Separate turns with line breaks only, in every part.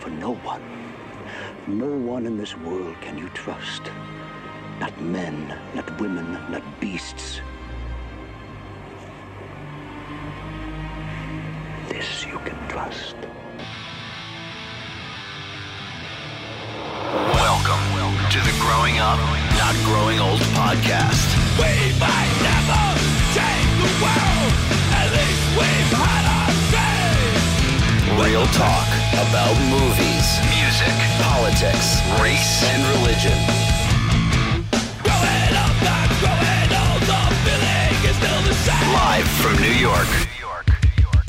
For no one, no one in this world can you trust. Not men, not women, not beasts. This you can trust.
Welcome to the Growing Up, Not Growing Old podcast. We might never change the world. At least we've had our say. Real talk about movies, music, politics, race, and religion. Growing up, not growing old, the feeling is still the same. Live from New York.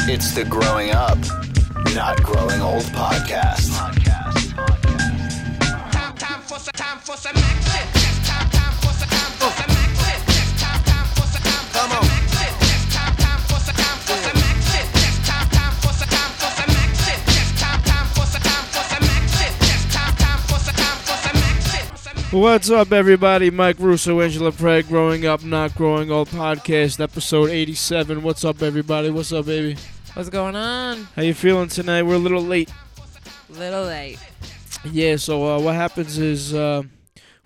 It's the Growing Up, Not Growing Old podcast. podcast.
Time, time for some, time for some action. Yes, time, time for some, time for some action. Yes, time, time for some, time for some action. Yes, time, time for some, time for some action. Yes, time, time for some, time for some action. Yes, time, time for some, time for some action. Yes, time, time for some, time for some action.
What's up, everybody? Mike Russo, Angela Pratt, Growing Up, Not Growing Old podcast, episode 87. What's up, everybody? What's up, baby?
What's going on?
How you feeling tonight? We're a little late.
Little late.
Yeah, so uh, what happens is uh,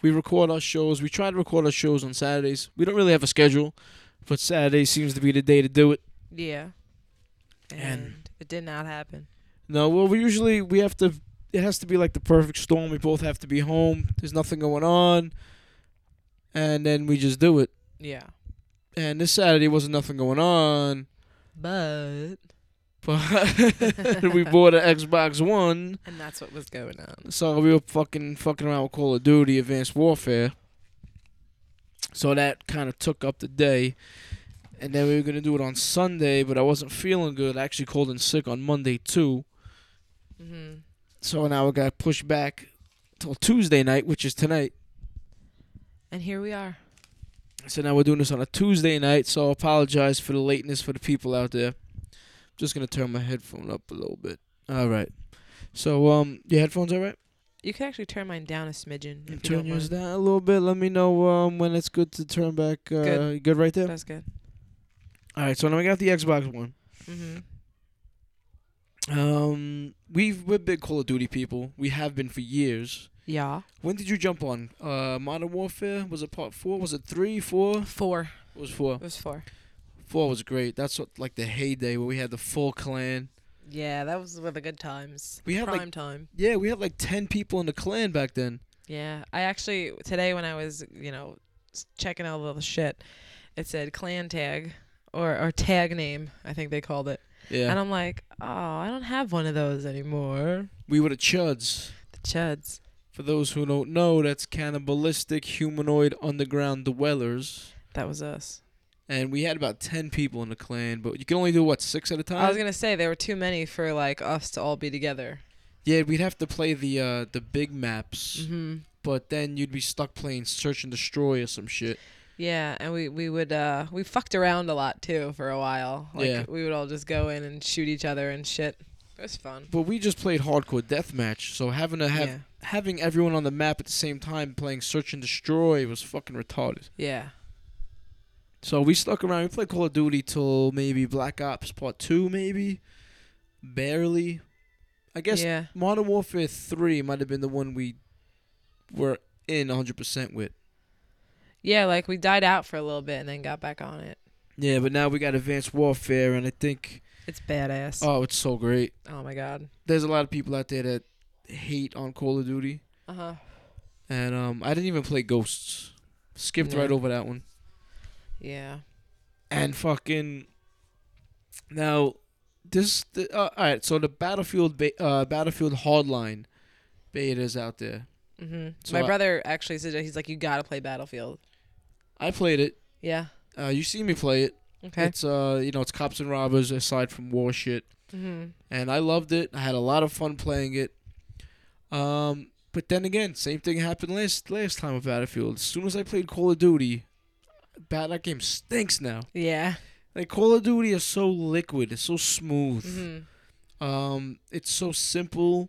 we record our shows. We try to record our shows on Saturdays. We don't really have a schedule, but Saturday seems to be the day to do it.
Yeah. And,
And-
it did not happen.
No, well, we usually we have to. It has to be like the perfect storm. We both have to be home. There's nothing going on, and then we just do it.
Yeah.
And this Saturday wasn't nothing going on.
But
But we bought an Xbox One,
and that's what was going on.
so we were fucking fucking around with Call of Duty Advanced Warfare. So that kind of took up the day, and then we were gonna do it on Sunday, but I wasn't feeling good. I actually called in sick on Monday too,
Mhm.
so now it got pushed back till Tuesday night, which is tonight.
And here we are.
So now we're doing this on a Tuesday night. So I apologize for the lateness for the people out there. Just gonna turn my headphone up a little bit. All right. So um, your headphones all right?
You can actually turn mine down a smidgen. If you
Turn
don't
yours
mind.
down a little bit. Let me know um, when it's good to turn back. Uh, good.
Good.
right there.
That's good.
All right. So now we got the Xbox One.
Mhm.
Um, we've we're big Call of Duty people. We have been for years.
Yeah.
When did you jump on? Uh, Modern Warfare was it part four? Was it three, four?
Four.
It was four.
It was four.
Four was great. That's what, like the heyday where we had the full clan.
Yeah, that was were the good times.
We had, like-
prime time.
Yeah, we had like ten people in the clan back then.
Yeah. I actually today when I was, you know, s- checking out all the shit, it said clan tag or or tag name, I think they called it. And
Yeah,
I'm like, "Oh, I don't have one of those anymore."
we were the Chuds.
The chuds.
For those who don't know, that's cannibalistic humanoid underground dwellers.
That was us.
and we had about 10 people in the clan but you can only do what six at a time
I was gonna say there were too many for like us to all be together.
yeah we'd have to play the uh the big maps
Mm-hmm.
but then you'd be stuck playing search and destroy or some shit
Yeah, and we we would uh we fucked around a lot too for a while. Like
Yeah.
we would all just go in and shoot each other and shit. It was fun.
but we just played hardcore deathmatch so having to have
Yeah.
having everyone on the map at the same time playing search and destroy was fucking retarded
Yeah.
so we stuck around we played call of duty till maybe black ops part 2 maybe barely i guess
Yeah.
modern warfare 3 might have been the one we were in 100% with
Yeah, like we died out for a little bit and then got back on it.
Yeah, but now we got Advanced Warfare, and I think
It's badass.
oh, it's so great.
oh my god.
There's a lot of people out there that hate on Call of Duty,
Uh huh.
and um, I didn't even play Ghosts. Skipped
Yeah.
right over that one,
Yeah.
and fucking now this the, uh, all right. So the Battlefield ba- uh, Battlefield Hardline beta is out there.
Mm-hmm.
So
my
I-
brother actually said he's like, you gotta play Battlefield.
I played it.
Yeah.
Uh, you see me play it.
Okay.
It's uh, you know, it's cops and robbers aside from war shit.
Mm-hmm.
and I loved it. I had a lot of fun playing it. Um, but then again, same thing happened last last time with Battlefield. As soon as I played Call of Duty, bat that game stinks now.
Yeah.
Like Call of Duty is so liquid, it's so smooth.
Mm-hmm.
Um, it's so simple.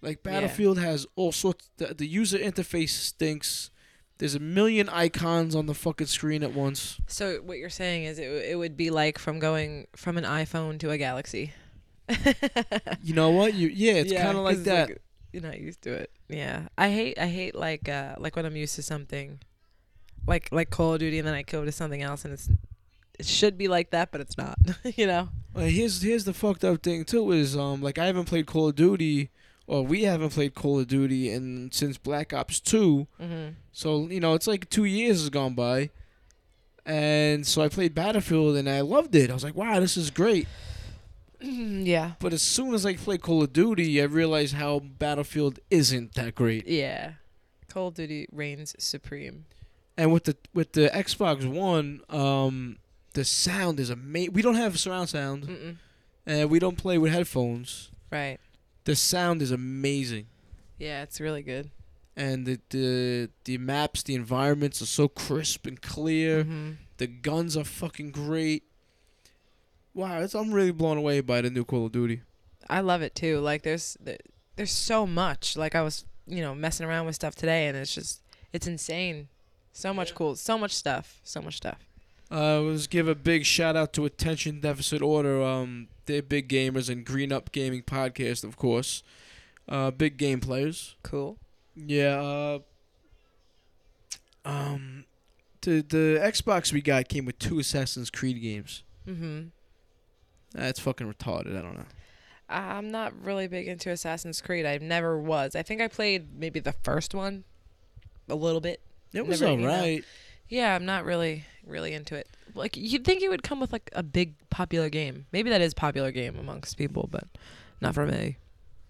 Like
Yeah.
Battlefield has all sorts. The, the user interface stinks. There's a million icons on the fucking screen at once.
So what you're saying is it w- it would be like from going from an iPhone to a Galaxy.
You know what? You yeah, it's
Yeah,
kind of
'cause
like
it's
that.
you're not used to it. Yeah, I hate I hate like uh like when I'm used to something, like like Call of Duty, and then I go to something else, and it's it should be like that, but it's not. you know.
Well, here's here's the fucked up thing too is um like I haven't played Call of Duty or we haven't played Call of Duty and since Black Ops 2.
Mm-hmm.
So, you know, it's like 2 years has gone by. And so I played Battlefield and I loved it. I was like, "Wow, this is great."
Mm-hmm. Yeah.
But as soon as I played Call of Duty, I realized how Battlefield isn't that great.
Yeah. Call of Duty reigns supreme.
And with the with the Xbox One, um the sound is amazing. We don't have surround sound
Mm-mm.
and we don't play with headphones.
Right.
The sound is amazing.
Yeah, it's really good.
and the the, the maps, the environments are so crisp and clear.
Mhm.
The guns are fucking great. Wow, it's, I'm really blown away by the new Call of Duty.
I love it too. Like there's there- there's so much. Like I was you know messing around with stuff today, and it's just it's insane. So much cool. So much stuff. So much stuff.
Uh, let's give a big shout out to Attention Deficit Order. Um, they're big gamers and Green Up Gaming Podcast, of course. Uh, big game players.
Cool.
Yeah. Uh, um, the the Xbox we got came with two Assassin's Creed games.
Mm-hmm.
That's fucking retarded. I don't know.
I'm not really big into Assassin's Creed. I never was. I think I played maybe the first one a little bit.
It was
Never, you know.
alright.
Yeah, I'm not really really into it. Like you'd think it would come with like a big popular game. Maybe that is popular game amongst people, but not for me.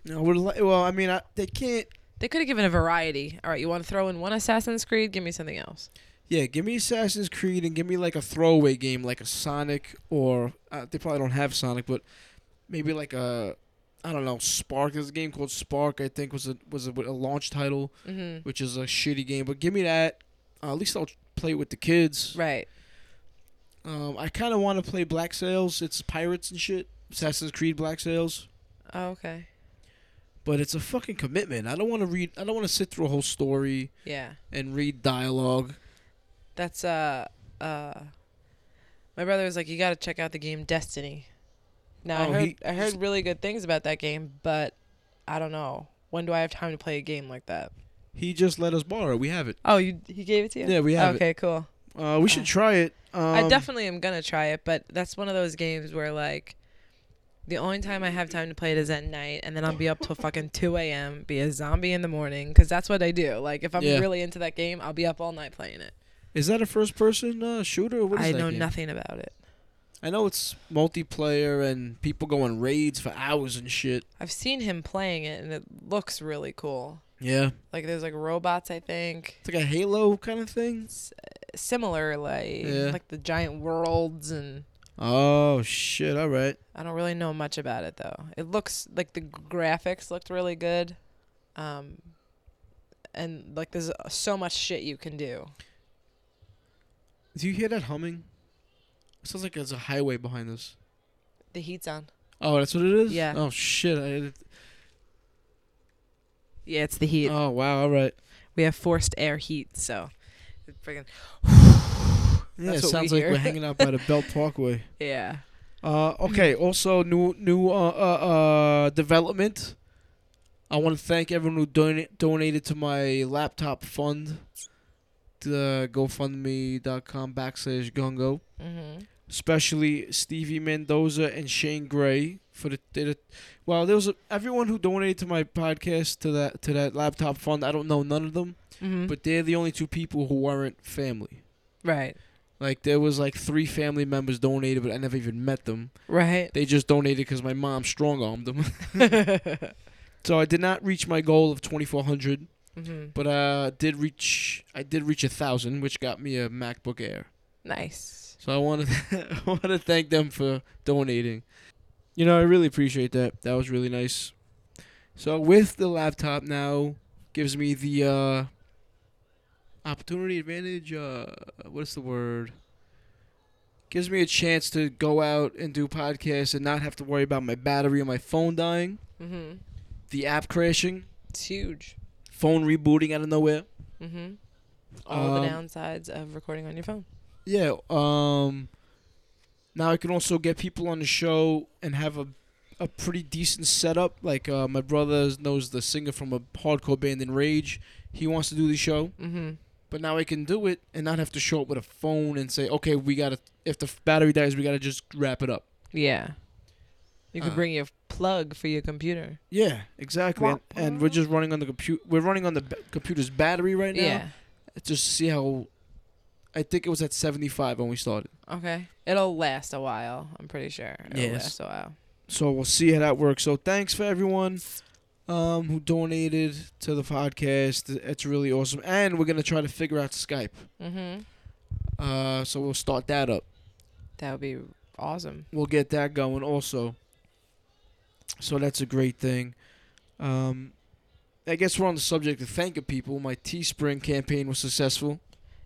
No, would li- well, I mean, I, they can't.
They could have given a variety. All right, you want to throw in one Assassin's Creed? Give me something else.
Yeah, give me Assassin's Creed and give me like a throwaway game, like a Sonic, or uh, they probably don't have Sonic, but maybe like a, I don't know, Spark. There's a game called Spark, I think was a was a, a launch title,
Mm-hmm.
which is a shitty game. But give me that. Uh, at least I'll play with the kids.
Right.
Um, I kind of want to play Black Sails. It's pirates and shit. Assassin's Creed Black Sails.
Oh, okay.
But it's a fucking commitment. I don't want to read. I don't want to sit through a whole story
Yeah.
and read dialogue.
That's uh uh my brother was like, You gotta check out the game Destiny. Now
Oh,
I heard
he-
I heard really good things about that game, but I don't know. When do I have time to play a game like that?
He just let us borrow. it. We have it.
Oh, you he gave it to you?
Yeah, we have it.
okay, cool.
Uh, we should try it. Um,
Oh. I definitely am gonna try it, but that's one of those games where like the only time I have time to play it is at night, and then I'll be up till fucking 2 a.m., be a zombie in the morning, because that's what I do. Like, if I'm
Yeah.
really into that game, I'll be up all night playing it.
Is that a first-person uh, shooter? Or what is
I
that
know
game?
nothing about it.
I know it's multiplayer and people go on raids for hours and shit.
I've seen him playing it, and it looks really cool.
Yeah,
Like there's like robots, I think,
it's like a Halo kind of thing.
similar like
Yeah.
like the giant worlds, and
Oh shit! All right.
I don't really know much about it though. It looks like the g- graphics looked really good, um, and like there's uh, so much shit you can do.
Do you hear that humming? It sounds like there's a highway behind us.
The heat's on.
Oh, that's what it is.
Yeah.
Oh shit! I,
Yeah, it's the heat.
oh wow! All right.
we have forced air heat, so it friggin'
Yeah,
That's
it
what we
sounds like
hear.
we're hanging out by the Belt Parkway.
yeah.
Uh, okay. Also, new new uh, uh, uh, development. I want to thank everyone who don- donated to my laptop fund, the GoFundMe.com backslash Gungo.
Mhm.
Especially Stevie Mendoza and Shane Gray for the, did it. Well, there was a, everyone who donated to my podcast to that to that laptop fund. I don't know none of them,
Mhm.
but they're the only two people who aren't family.
right.
Like there was like three family members donated, but I never even met them.
Right.
They just donated because my mom strong armed them.
mhm.
so I did not reach my goal of 2,400,
Mm-hmm.
but uh, did reach I did reach a thousand, which got me a MacBook Air.
Nice.
So I want to I want to thank them for donating. You know, I really appreciate that. That was really nice. So with the laptop now gives me the uh, opportunity advantage. Uh, what's the word? Gives me a chance to go out and do podcasts and not have to worry about my battery or my phone dying,
Mhm.
the app crashing,
It's huge.
phone rebooting out of nowhere.
Mm-hmm. All the
Um,
downsides of recording on your phone.
Yeah. Um. Now I can also get people on the show and have a a pretty decent setup. Like uh, my brother knows the singer from a hardcore band in Rage. He wants to do the show,
Mm-hmm.
but now I can do it and not have to show up with a phone and say, "Okay, we gotta. If the battery dies, we gotta just wrap it up."
Yeah. You could
Uh.
bring your plug for your computer.
Yeah, exactly. And, and we're just running on the computer. We're running on the ba- computer's battery right now.
Yeah.
Just see how. I think it was at 75 when we started.
Okay. It'll last a while. I'm pretty sure. It'll
Yes.
last a while.
So we'll see how that works. So thanks for everyone um, who donated to the podcast. It's really awesome. And we're gonna try to figure out Skype.
Mm-hmm.
Uh, so we'll start that up.
That would be awesome.
We'll get that going also. So that's a great thing. Um, I guess we're on the subject of thanking people. My Teespring campaign was successful.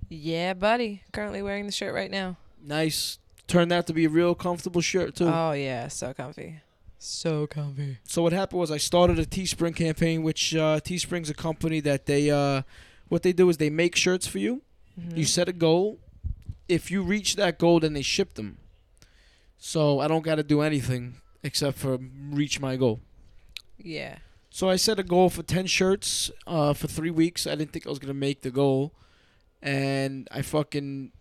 Yeah, buddy. Currently wearing the shirt right now.
Nice. Turned out to be a real comfortable shirt too.
Oh yeah, so comfy. So comfy.
So what happened was I started a Teespring campaign, which uh, Teespring's a company that they, uh, what they do is they make shirts for you.
Mm-hmm.
You set a goal. If you reach that goal, then they ship them. So I don't got to do anything except for reach my goal.
Yeah.
So I set a goal for ten shirts uh, for three weeks. I didn't think I was gonna make the goal, and I fucking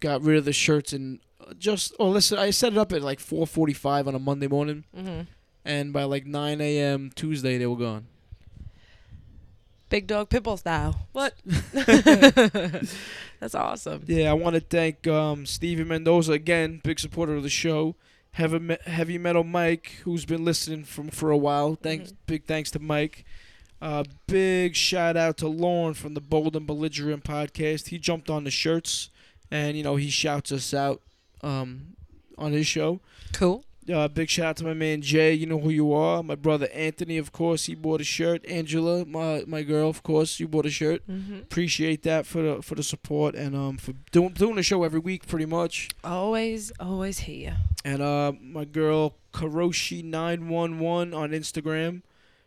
got rid of the shirts and just oh listen, I set it up at like four forty-five on a Monday morning
Mm-hmm.
and by like 9 a.m. Tuesday they were gone.
Big dog pitbull style. What? That's awesome.
Yeah, I want to thank um, Steven Mendoza again, big supporter of the show. Heavy, Me- Heavy Metal Mike, who's been listening from for a while. Thanks, big thanks to Mike. Uh, big shout out to Lauren from the Bold and Belligerent podcast. He jumped on the shirts, and you know he shouts us out um, on his show.
Cool.
Uh, big shout out to my man Jay. You know who you are. My brother Anthony, of course, he bought a shirt. Angela, my my girl, of course, you bought a shirt.
Mm-hmm.
Appreciate that for the for the support and um for doing doing the show every week pretty much.
Always, always here.
And uh, my girl Karoshi nine one one on Instagram,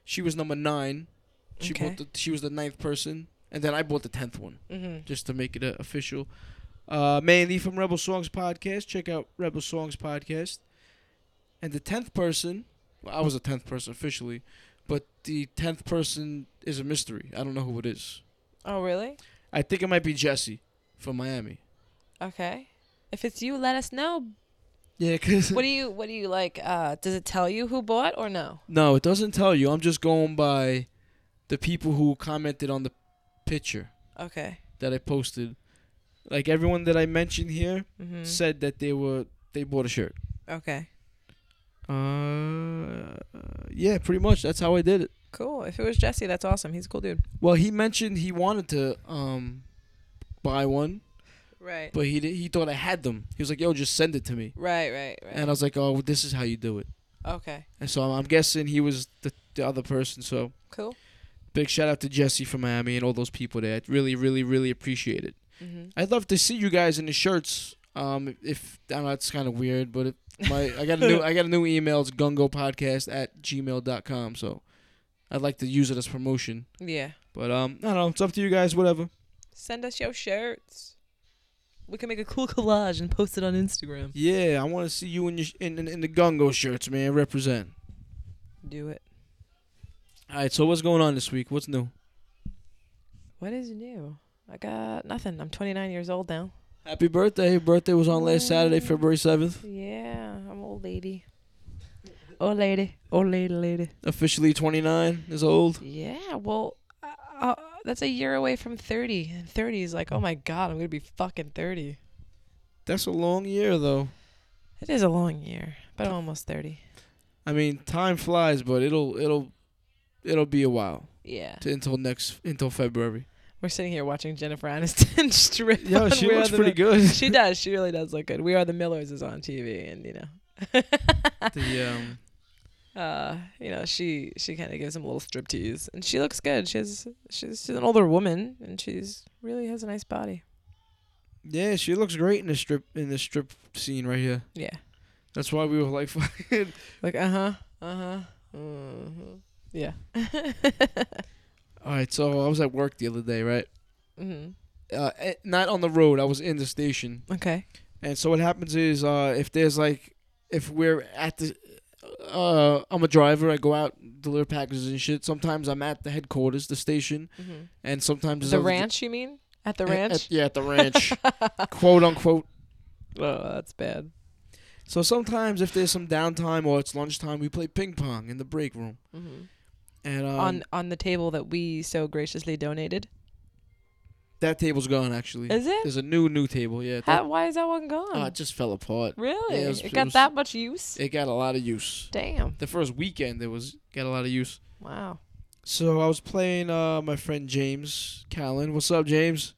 she was number nine. She
Okay.
bought the, she was the ninth person, and then I bought the tenth one
Mm-hmm.
just to make it uh, official. Uh, Mandy from Rebel Songs Podcast. Check out Rebel Songs Podcast. And the tenth person, well, I was the tenth person officially, but the tenth person is a mystery. I don't know who it is.
Oh really?
I think it might be Jesse from Miami.
Okay. If it's you, let us know.
Yeah, cause
What do you? What do you like? Uh, does it tell you who bought or no?
no, it doesn't tell you. I'm just going by the people who commented on the picture
Okay.
that I posted. Like everyone that I mentioned here
Mm-hmm.
said that they were they bought a shirt.
Okay.
Uh, yeah, pretty much. That's how I did it.
Cool. If it was Jesse, that's awesome. He's a cool dude.
Well, he mentioned he wanted to um buy one,
Right.
but he did, he thought I had them. He was like, "Yo, just send it to me,"
Right. Right. Right.
and I was like, "Oh, this is how you do it."
okay.
And so I'm, I'm guessing he was the, the other person. So
Cool.
Big shout out to Jesse from Miami and all those people there. I really, really, really appreciate it.
Mm-hmm.
I'd love to see you guys in the shirts. Um, if I know it's kind of weird, but if my I got a new I got a new email. It's gungopodcast at gmail.com. So I'd like to use it as promotion.
Yeah.
But um, I don't know. It's up to you guys. Whatever.
Send us your shirts. We can make a cool collage and post it on Instagram.
Yeah, I want to see you in your sh- in, in in the gungo shirts, man. Represent.
Do it.
All right. So what's going on this week? What's new?
What is new? I got nothing. I'm 29 years old now.
Happy birthday! Birthday was on last Saturday, February seventh.
Yeah, I'm old lady. Old lady. Old lady lady.
Officially twenty nine is old.
Yeah, well, uh, uh, that's a year away from 30. And 30 is like, oh my God, I'm going to be fucking 30.
That's a long year though.
It is a long year, but I'm almost 30.
I mean, time flies, but it'll it'll it'll be a while
Yeah.
to, until next until February.
We're sitting here watching Jennifer Aniston strip.
Yo,
on
she
We Are
looks
the
pretty
Mil-
good.
She does. She really does look good. We Are the Millers is on TV, and you know,
the um,
uh, you know, she she kind of gives him a little strip tease, and she looks good. She's she's she's an older woman, and she's really has a nice body.
yeah, she looks great in the strip in the strip scene right here.
Yeah.
That's why we were like, fucking.
Like uh huh, uh huh, mm-hmm. yeah.
All right, so I was at work the other day, right?
hmm
Uh, eh, not on the road. I was in the station,
Okay.
and so what happens is, uh, if there's like, if we're at the uh, I'm a driver. I go out deliver packages and shit. Sometimes I'm at the headquarters, the station,
Mm-hmm.
and sometimes there's
The
other-
ranch, you mean? At the
at-
ranch?
at- yeah, at the ranch, quote unquote.
oh, that's bad.
So sometimes if there's some downtime or it's lunchtime, we play ping pong in the break room. And um,
Mm-hmm. on on the table that we so graciously donated.
that table's gone actually.
Is it?
There's a new new table. Yeah.
How,
That,
why is that one gone?
uh, it just fell apart.
really?
yeah, it
it,
was- it
got
was-
that much use?
It got a lot of use.
Damn.
The first weekend it was got a lot of use.
Wow.
So I was playing uh, my friend James Callen. What's up, James?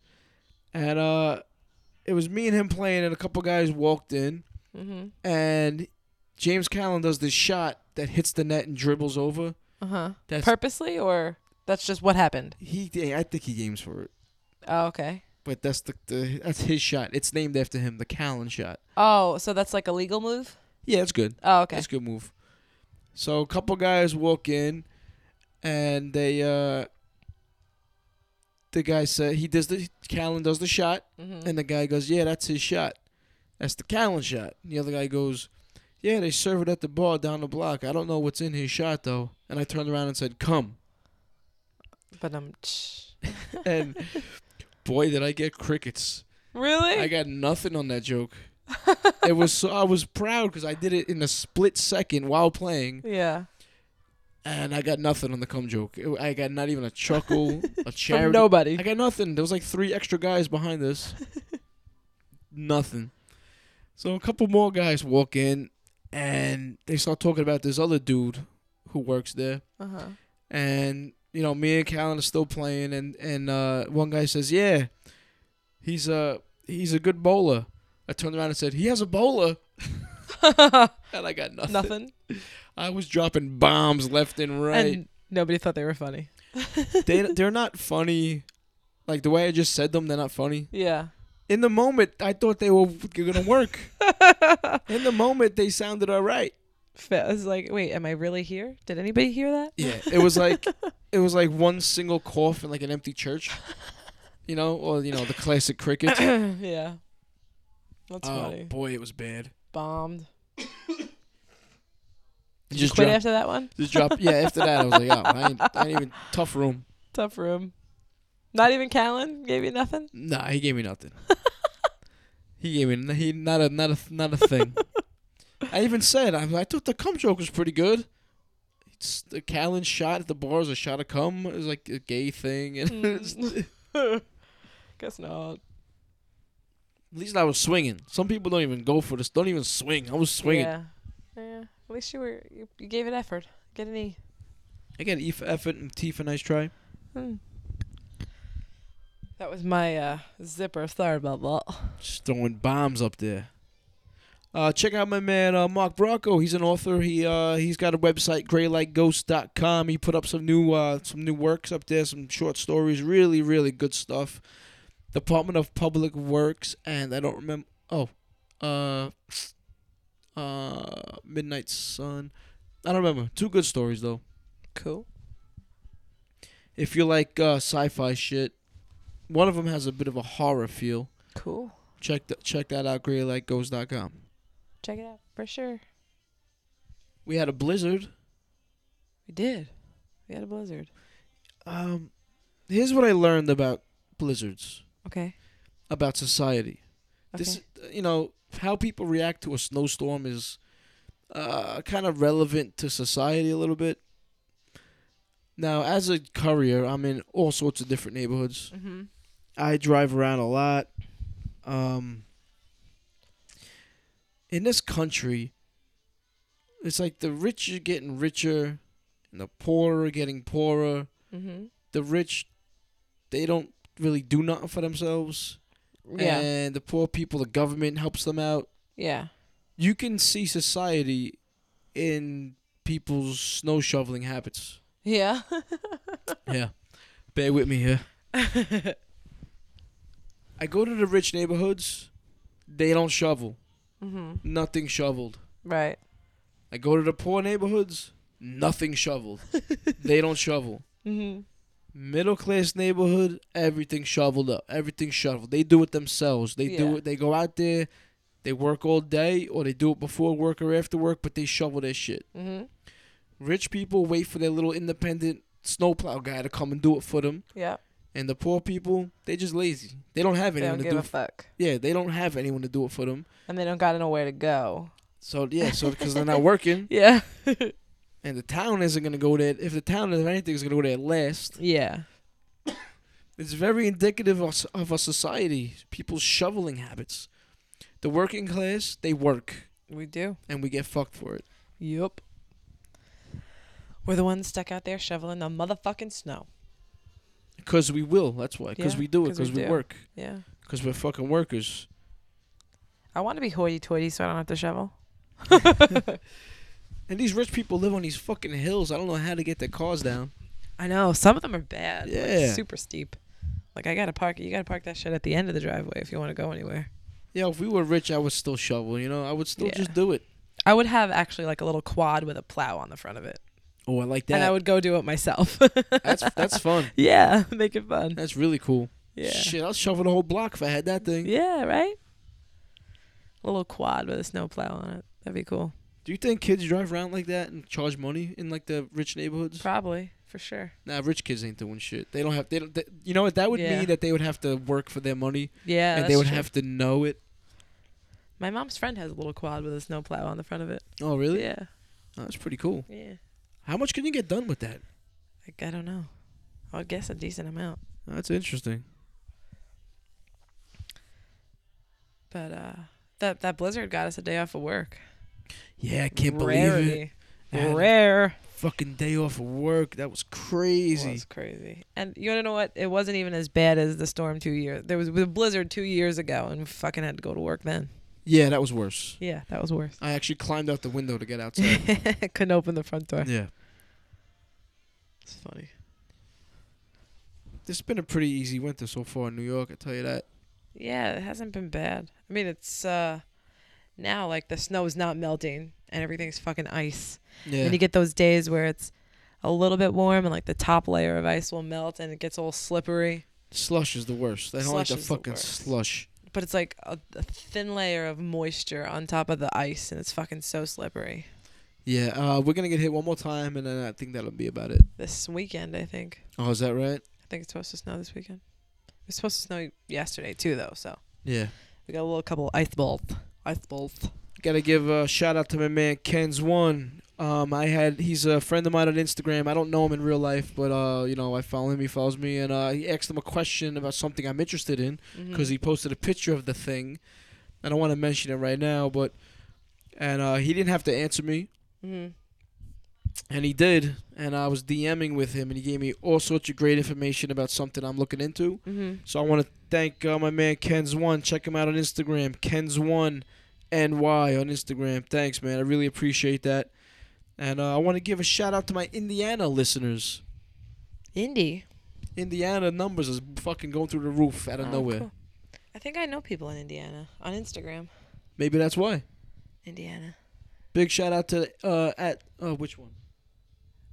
And uh, it was me and him playing, and a couple guys walked in,
Mm-hmm.
and James Callen does this shot that hits the net and dribbles over.
Uh huh.
That's
Purposely or that's just what happened?
he. I think he aims for it,
Oh, okay.
but that's the, the that's his shot. It's named after him, the Callen shot.
Oh, so that's like a legal move?
Yeah, it's good.
Oh, okay.
That's a good move. So a couple guys walk in, and they uh, the guy said he does the Callen does the shot,
Mm-hmm.
and the guy goes, "Yeah, that's his shot. That's the Callen shot." And the other guy goes, "Yeah, they serve it at the bar down the block. I don't know what's in his shot though." And I turned around and said, "Come."
But um, I'm.
And boy, did I get crickets.
Really?
I got nothing on that joke. it was so I was proud because I did it in a split second while playing.
yeah.
and I got nothing on the cum joke. It- I got not even a chuckle, a charity.
From nobody.
I got nothing. There was like three extra guys behind us. nothing. So a couple more guys walk in, and they start talking about this other dude who works there.
Uh huh.
And you know, me and Callan are still playing, and and uh, one guy says, "Yeah, he's a he's a good bowler." I turned around and said, "He has a bowler," and I got nothing.
Uh-huh. Nothing.
I was dropping bombs left and right.
And nobody thought they were funny.
they they're not funny. Like the way I just said them, they're not funny.
Yeah.
In the moment, I thought they were gonna work. In the moment, they sounded all right.
Fa- I was like, wait, am I really here? Did anybody hear that?
Yeah, it was like it was like one single cough in like an empty church, you know, or you know the classic cricket.
yeah. That's
oh
funny.
boy, it was bad.
Bombed.
Did just
Quit
drop,
after that one.
just drop. Yeah, after that, I was like, oh, I ain't, I ain't even tough room.
Tough room. Not even Callan gave you nothing.
Nah, he gave me nothing. he gave me he not a not a not a thing. I even said I, I thought the cum joke was pretty good. It's the Callan shot at the bar is a shot of cum. It was like a gay thing, and
Mm. Guess not.
at least I was swinging. Some people don't even go for this. Don't even swing. I was swinging.
Yeah. Yeah. At least you were you, you gave it effort. Get an E.
I got E for effort and T for nice try.
Hmm. That was my uh, zipper. Sorry about that.
Just throwing bombs up there. Uh, check out my man uh, Mark Bracco. He's an author. He uh, he's got a website graylightghost.com. He put up some new uh, some new works up there, some short stories, really really good stuff. Department of Public Works and I don't remember. Oh, uh, uh, Midnight Sun. I don't remember. Two good stories though.
Cool.
If you like uh, sci-fi shit, one of them has a bit of a horror feel.
Cool.
Check th- check that out. Graylightghost.com.
Check it out for sure.
We had a blizzard.
We did. We had a blizzard.
Um, here's what I learned about blizzards,
Okay.
about society. This,
Okay.
you know, how people react to a snowstorm is uh, kind of relevant to society a little bit. Now, as a courier, I'm in all sorts of different neighborhoods.
Mm-hmm.
I drive around a lot. Um, in this country, it's like the rich are getting richer, and the poor are getting poorer.
Mm-hmm.
the rich they don't really do nothing for themselves
Yeah.
and the poor people the government helps them out
yeah.
you can see society in people's snow shoveling habits
Yeah.
yeah bear with me here i go to the rich neighborhoods they don't shovel
mm-hmm.
nothing shoveled
Right.
i go to the poor neighborhoods nothing shoveled they don't shovel
Mm-hmm.
middle class neighborhood, everything shoveled up, everything shoveled. They do it themselves. They do
Yeah.
it. They go out there, They work all day, or they do it before work or after work, but they shovel their shit.
Mm-hmm.
Mhm.
Rich people wait for their little independent snowplow guy to come and do it for them,
Yeah.
and the poor people they just lazy. They don't have
They
anyone
don't give
to do.
a
It f-
fuck.
yeah, they don't have anyone to do it for them.
And they don't got to know where to go.
So yeah, so because they're not working,
Yeah.
and the town isn't gonna go there. If the town, if anything, is gonna go there last,
yeah.
It's very indicative of, of a society, people's shoveling habits. The working class, they work,
We do.
and we get fucked for it.
Yup.
We're the ones stuck out there shoveling the motherfucking snow.
Because we will, that's why. Because
Yeah,
we do it,
'cause we
because we,
do.
work.
Yeah.
Because we're fucking workers.
I want to be hoity-toity so I don't have to shovel.
And these rich people live on these fucking hills. I don't know how to get their cars down.
I know some of them are bad. like,
Yeah.
super steep. Like I gotta park. You gotta park that shit at the end of the driveway if you want to go anywhere.
Yeah, if we were rich, I would still shovel, you know? I would still
Yeah.
just do it.
I would have actually like a little quad with a plow on the front of it,
Oh, I like
and I
that.
would go do it myself.
that's, that's fun.
yeah, make it fun.
That's really cool.
Yeah.
Shit, I'll shovel the whole block if I had that thing.
Yeah, right? A little quad with a snowplow on it. That'd be cool.
Do you think kids drive around like that and charge money in, like, the rich neighborhoods?
Probably, for sure.
Nah, rich kids ain't doing shit. They don't have. They don't. They, you know what? That would
Yeah.
mean that they would have to work for their money,
Yeah.
and they would have to know it.
My mom's friend has a little quad with a snowplow on the front of it.
Oh, really?
Yeah.
Oh, that's pretty cool.
Yeah.
How much can you get done with that?
Like, I don't know. I would guess a decent amount.
That's interesting.
But uh that that blizzard got us a day off of work.
Yeah, I can't believe it.
Rarity.
I had a
Rare.
Fucking day off of work. That was crazy.
was crazy. And you wanna know what? It wasn't even as bad as the storm two years. There was a blizzard two years ago and we fucking had to go to work then.
Yeah, that was worse.
Yeah, that was worse.
I actually climbed out the window to get outside.
Couldn't open the front door.
yeah.
It's funny.
This has been a pretty easy winter so far in New York. I tell you that.
Yeah, it hasn't been bad. I mean, it's uh now like the snow is not melting and everything's fucking ice.
Yeah.
And you get those days where it's a little bit warm and like the top layer of ice will melt and it gets all slippery.
slush is the worst. I don't
Slush
like the
is the
fucking
worst.
slush.
But it's like a, a thin layer of moisture on top of the ice and it's fucking so slippery.
Yeah. Uh, we're gonna get hit one more time, and then I think that'll be about it.
This weekend, I think.
Oh, is that right?
I think it's supposed to snow this weekend. It was supposed to snow yesterday too, though. So
Yeah.
we got a little couple ice balls. Ice balls.
Gotta give a shout out to my man Ken's one. Um, I had he's a friend of mine on Instagram. I don't know him in real life, but uh, you know, I follow him. He follows me, and uh, he asked him a question about something I'm interested in
Hmm. Mm-hmm.
because he posted a picture of the thing. I don't want to mention it right now, but and uh, he didn't have to answer me,
Mhm.
and he did. And I was DMing with him, and he gave me all sorts of great information about something I'm looking into.
Mhm.
So I want to thank uh, my man Ken's One. Check him out on Instagram, Ken's One NY on Instagram. Thanks, man. I really appreciate that. And uh, I want to give a shout out to my Indiana listeners.
Indy.
Indiana numbers is fucking going through the roof out of
Oh,
nowhere.
cool. I think I know people in Indiana on Instagram.
Maybe that's why.
Indiana.
Big shout out to uh, at uh, which one?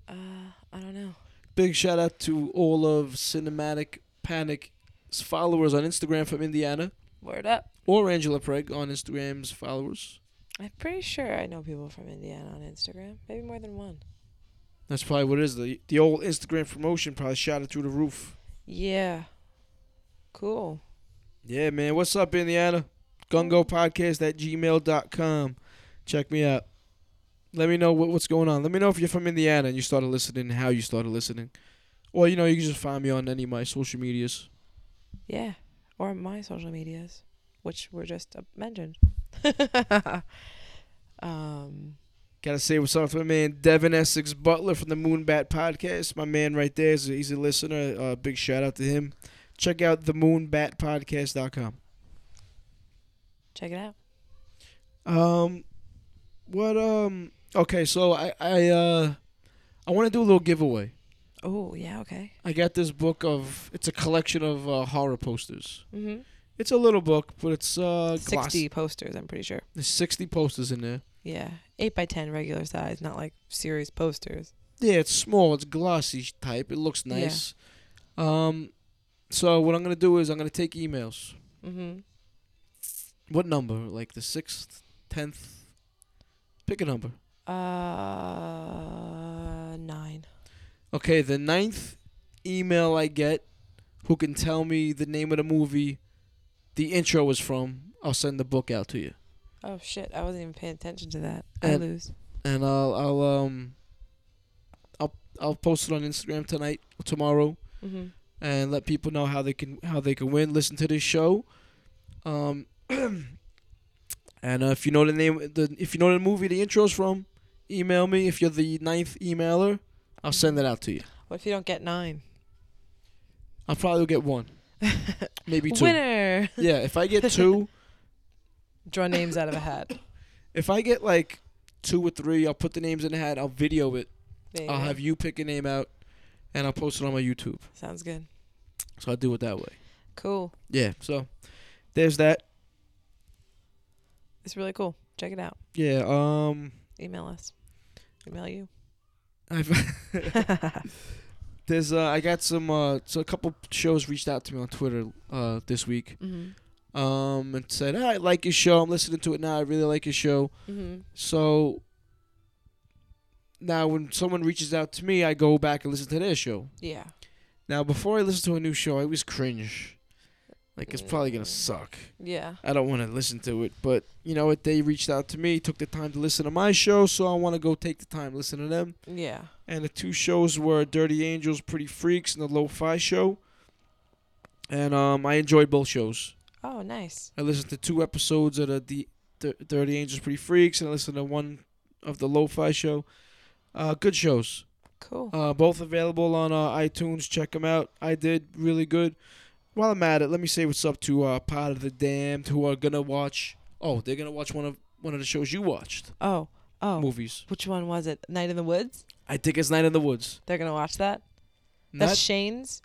Uh, I don't know.
Big shout out to all of Cinematic Panic's followers on Instagram from Indiana,
Word up.
or Angela Preg on Instagram's followers.
I'm pretty sure I know people from Indiana on Instagram. Maybe more than one.
That's probably what it is. The the old Instagram promotion probably shot it through the roof.
Yeah. Cool.
Yeah, man. What's up, Indiana? Gungo Podcast at gmail.com. Check me out. Let me know what, what's going on. Let me know if you're from Indiana and you started listening, how you started listening. Or, you know, you can just find me on any of my social medias.
Yeah. Or my social medias, which were just uh, mentioned. um,
Gotta say what's up to my man Devin Essex Butler from the Moonbat Podcast. My man right there is an easy listener. Uh, big shout out to him. Check out the moonbatpodcast.com.
check it out.
Um, what, um, okay, so I, I, uh, I want to do a little giveaway.
Oh, yeah, okay.
I got this book of it's a collection of uh, horror posters.
Mm-hmm.
It's a little book, but it's uh, gloss-
60 posters, I'm pretty sure.
There's sixty posters in there.
Yeah. 8 by 10 regular size, not like series posters.
Yeah, it's small. It's glossy type. It looks
Yeah.
nice. Um, so what I'm gonna do is I'm gonna take emails.
Mm-hmm.
What number? Like the sixth, tenth? Pick a number.
Uh, nine.
Okay, the ninth email I get, who can tell me the name of the movie, the intro was from. I'll send the book out to you,
Oh shit! I wasn't even paying attention to that. I
And-
lose.
and I'll I'll um, I'll I'll post it on Instagram tonight, tomorrow,
Mm-hmm.
and let people know how they can how they can win. Listen to this show, um, and uh, if you know the name, the if you know the movie the intro's from, email me. If you're the ninth emailer, I'll send it out to you.
What if you don't get nine?
I'll probably get one, maybe two.
Winner.
Yeah, if I get two,
Draw names out of a hat.
if I get like two or three, I'll put the names in the hat. I'll video it.
There you
I'll
go.
have you pick a name out, and I'll post it on my YouTube.
Sounds good.
So I do it that way.
Cool.
Yeah. So there's that.
It's really cool. Check it out.
Yeah. Um.
Email us. Email you.
I've Mm-hmm. there's uh I got some uh so a couple shows reached out to me on Twitter uh this week
Mm-hmm.
um and said "Ah, I like your show I'm listening to it now I really like your show
Mm-hmm.
so now when someone reaches out to me I go back and listen to their show
Yeah.
Now, before I listen to a new show, I always cringe. Like, it's probably going to suck.
Yeah.
I don't want to listen to it, but you know what? They reached out to me, took the time to listen to my show, so I want to go take the time to listen to them.
Yeah.
And the two shows were Dirty Angels, Pretty Freaks, and the Lo Fi Show. And um, I enjoyed both shows.
Oh, nice.
I listened to two episodes of the D- Dir- Dirty Angels, Pretty Freaks, and I listened to one of the Lo Fi Show. Uh, good shows.
Cool.
Uh, both available on uh, iTunes. Check them out. I did really good. While I'm at it, let me say what's up to uh, Pot of the Damned, who are gonna watch. Oh, they're gonna watch one of one of the shows you watched,
Oh. Oh.
movies.
Which one was it? Night in the Woods?
I think it's Night in the Woods.
They're going to watch that?
Not
That's
that's,
Shane's?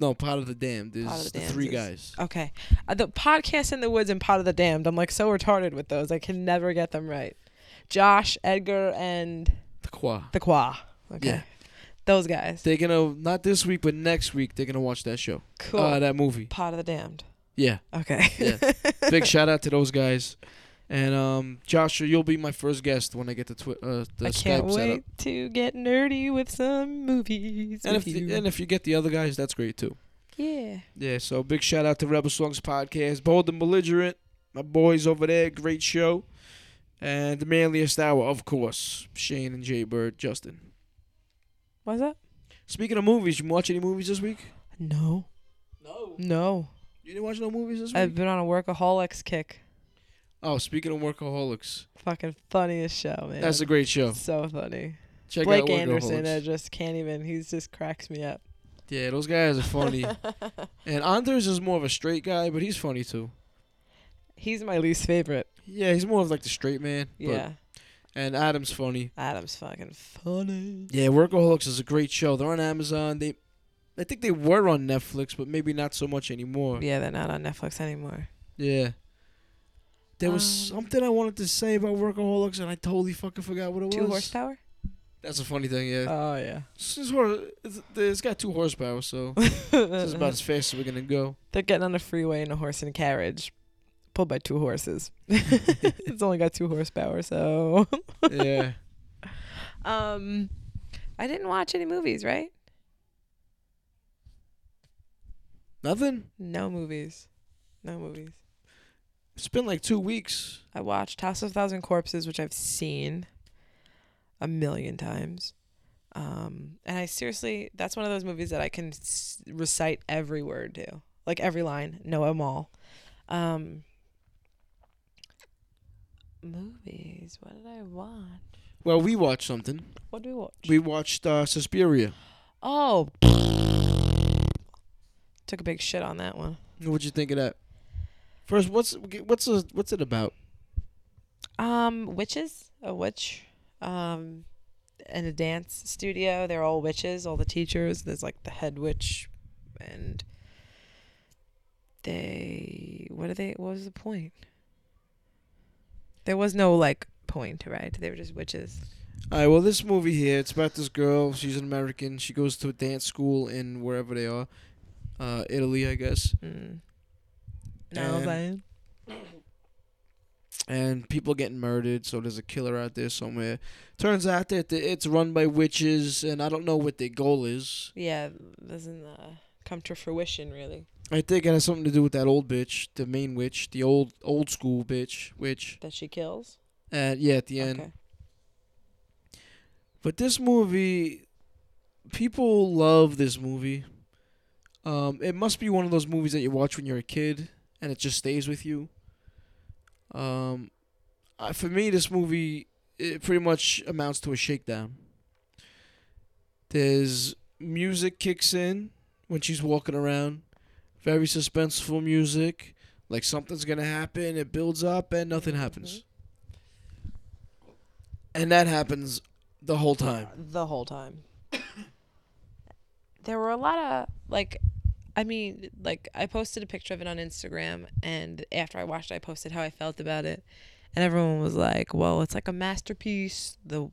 no Pot of the Damned is
Pot of
the,
the Damned
three
is-
guys.
Okay. Uh, the podcast in the woods and pot of the damned. I'm like so retarded with those. I can never get them right. Josh, Edgar, and
The Qua.
the Qua. Okay.
Yeah.
Those guys.
They're gonna not this week, but next week they're gonna watch that show.
Cool.
Uh, that movie.
pot of the damned.
Yeah.
Okay.
Yeah. Big shout out to those guys. And um, Joshua, you'll be my first guest when I get the twi- uh, the
I
Skype
can't
set up.
wait to get nerdy with some movies.
And if
with
the,
you.
and if you get the other guys, that's great too.
yeah.
Yeah, so big shout out to Rebel Songs Podcast, Bold and Belligerent, my boys over there, great show, and the manliest hour, of course, Shane and Jay Bird, Justin.
What's that?
Speaking of movies, you watch any movies this week?
No.
No.
No.
You didn't watch no movies this week.
I've been on a workaholics kick.
oh, speaking of workaholics,
Fucking funniest show, man.
that's a great show.
so funny.
Check out
Blake
Workaholics.
Anderson, I just can't even. He's just cracks me up.
Yeah, those guys are funny. and Anders is more of a straight guy, but he's funny too.
He's my least favorite.
Yeah, he's more of like the straight man. but-
Yeah.
and Adam's funny.
Adam's fucking funny.
Yeah, Workaholics is a great show. They're on Amazon. They, I think they were on Netflix, but maybe not so much anymore. Yeah.
Yeah, they're not on Netflix anymore.
There was
Um,
something I wanted to say about Workaholics, and I totally fucking forgot what it
Two
was.
horsepower?
That's a funny thing, yeah.
Oh, yeah.
It's just hor- it's, it's got two horsepower, so it's just about as fast as we're gonna go.
They're getting on a freeway in a horse and carriage, pulled by two horses. it's only got two horsepower, so.
yeah.
Um, I didn't watch any movies, right?
Nothing.
No movies. No movies.
It's been like two weeks.
I watched House of Thousand Corpses, which I've seen a million times. Um, and I seriously, that's one of those movies that I can s- recite every word to, like every line, know them all. Um, movies. What did I watch?
Well, we watched something.
What did we watch?
We watched uh, Suspiria.
oh, took a big shit on that one.
What'd you think of that? First, what's what's a, what's it about?
Um, witches, a witch, um, in a dance studio. They're all witches, all the teachers. There's like the head witch, and they. What are they? What was the point? There was no like point, right? They were just witches.
All right, well, this movie here, it's about this girl. She's an American. She goes to a dance school
Hmm.
in wherever they are, uh, Italy, I guess.
Mm. No,
And-
but
and people are getting murdered. So there's a killer out there somewhere. Turns out that the- it's run by witches, and I don't know what their goal is.
Yeah, doesn't uh, come to fruition really.
I think it has something to do with that old bitch, the main witch, the old old school bitch, witch.
That she kills.
Uh, yeah, at the end.
Okay.
But this movie, people love this movie. Um, it must be one of those movies that you watch when you're a kid, and it just stays with you. Um, I, for me, this movie it pretty much amounts to a shakedown. There's music kicks in when she's walking around, very suspenseful music, like something's gonna happen. It builds up, and nothing happens. And that happens the whole time.
the whole time. there were a lot of like I mean, like I posted a picture of it on Instagram and after I watched it I posted how I felt about it. And everyone was like, "Well, it's like a masterpiece. The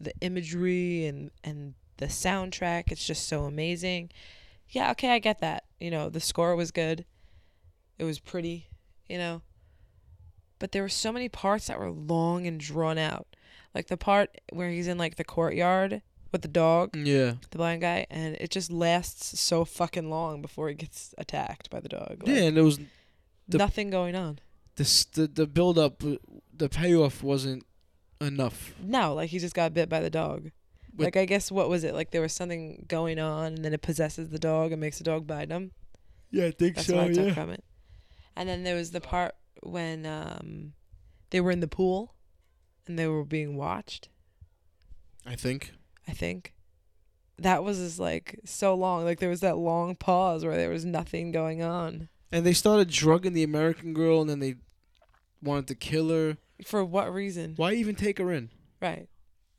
the imagery and and the soundtrack, it's just so amazing." Yeah, okay, I get that. You know, the score was good. It was pretty, you know. But there were so many parts that were long and drawn out. Like the part where he's in like the courtyard with the dog
Yeah.
the blind guy, and it just lasts so fucking long before he gets attacked by the dog. Like,
Yeah, and it was the-
nothing going on.
this the the build up, the payoff wasn't enough.
No, like he just got bit by the dog.
With-
like I guess what was it? Like there was something going on, and then it possesses the dog and makes the dog bite him.
Yeah, I think
That's what I took from it. And then there was the part when um, they were in the pool, and they were being watched.
I think.
I think. That was just like so long. Like there was that long pause where there was nothing going on.
And they started drugging the American girl, and then they wanted to kill her.
For what reason?
Why even take her in?
Right.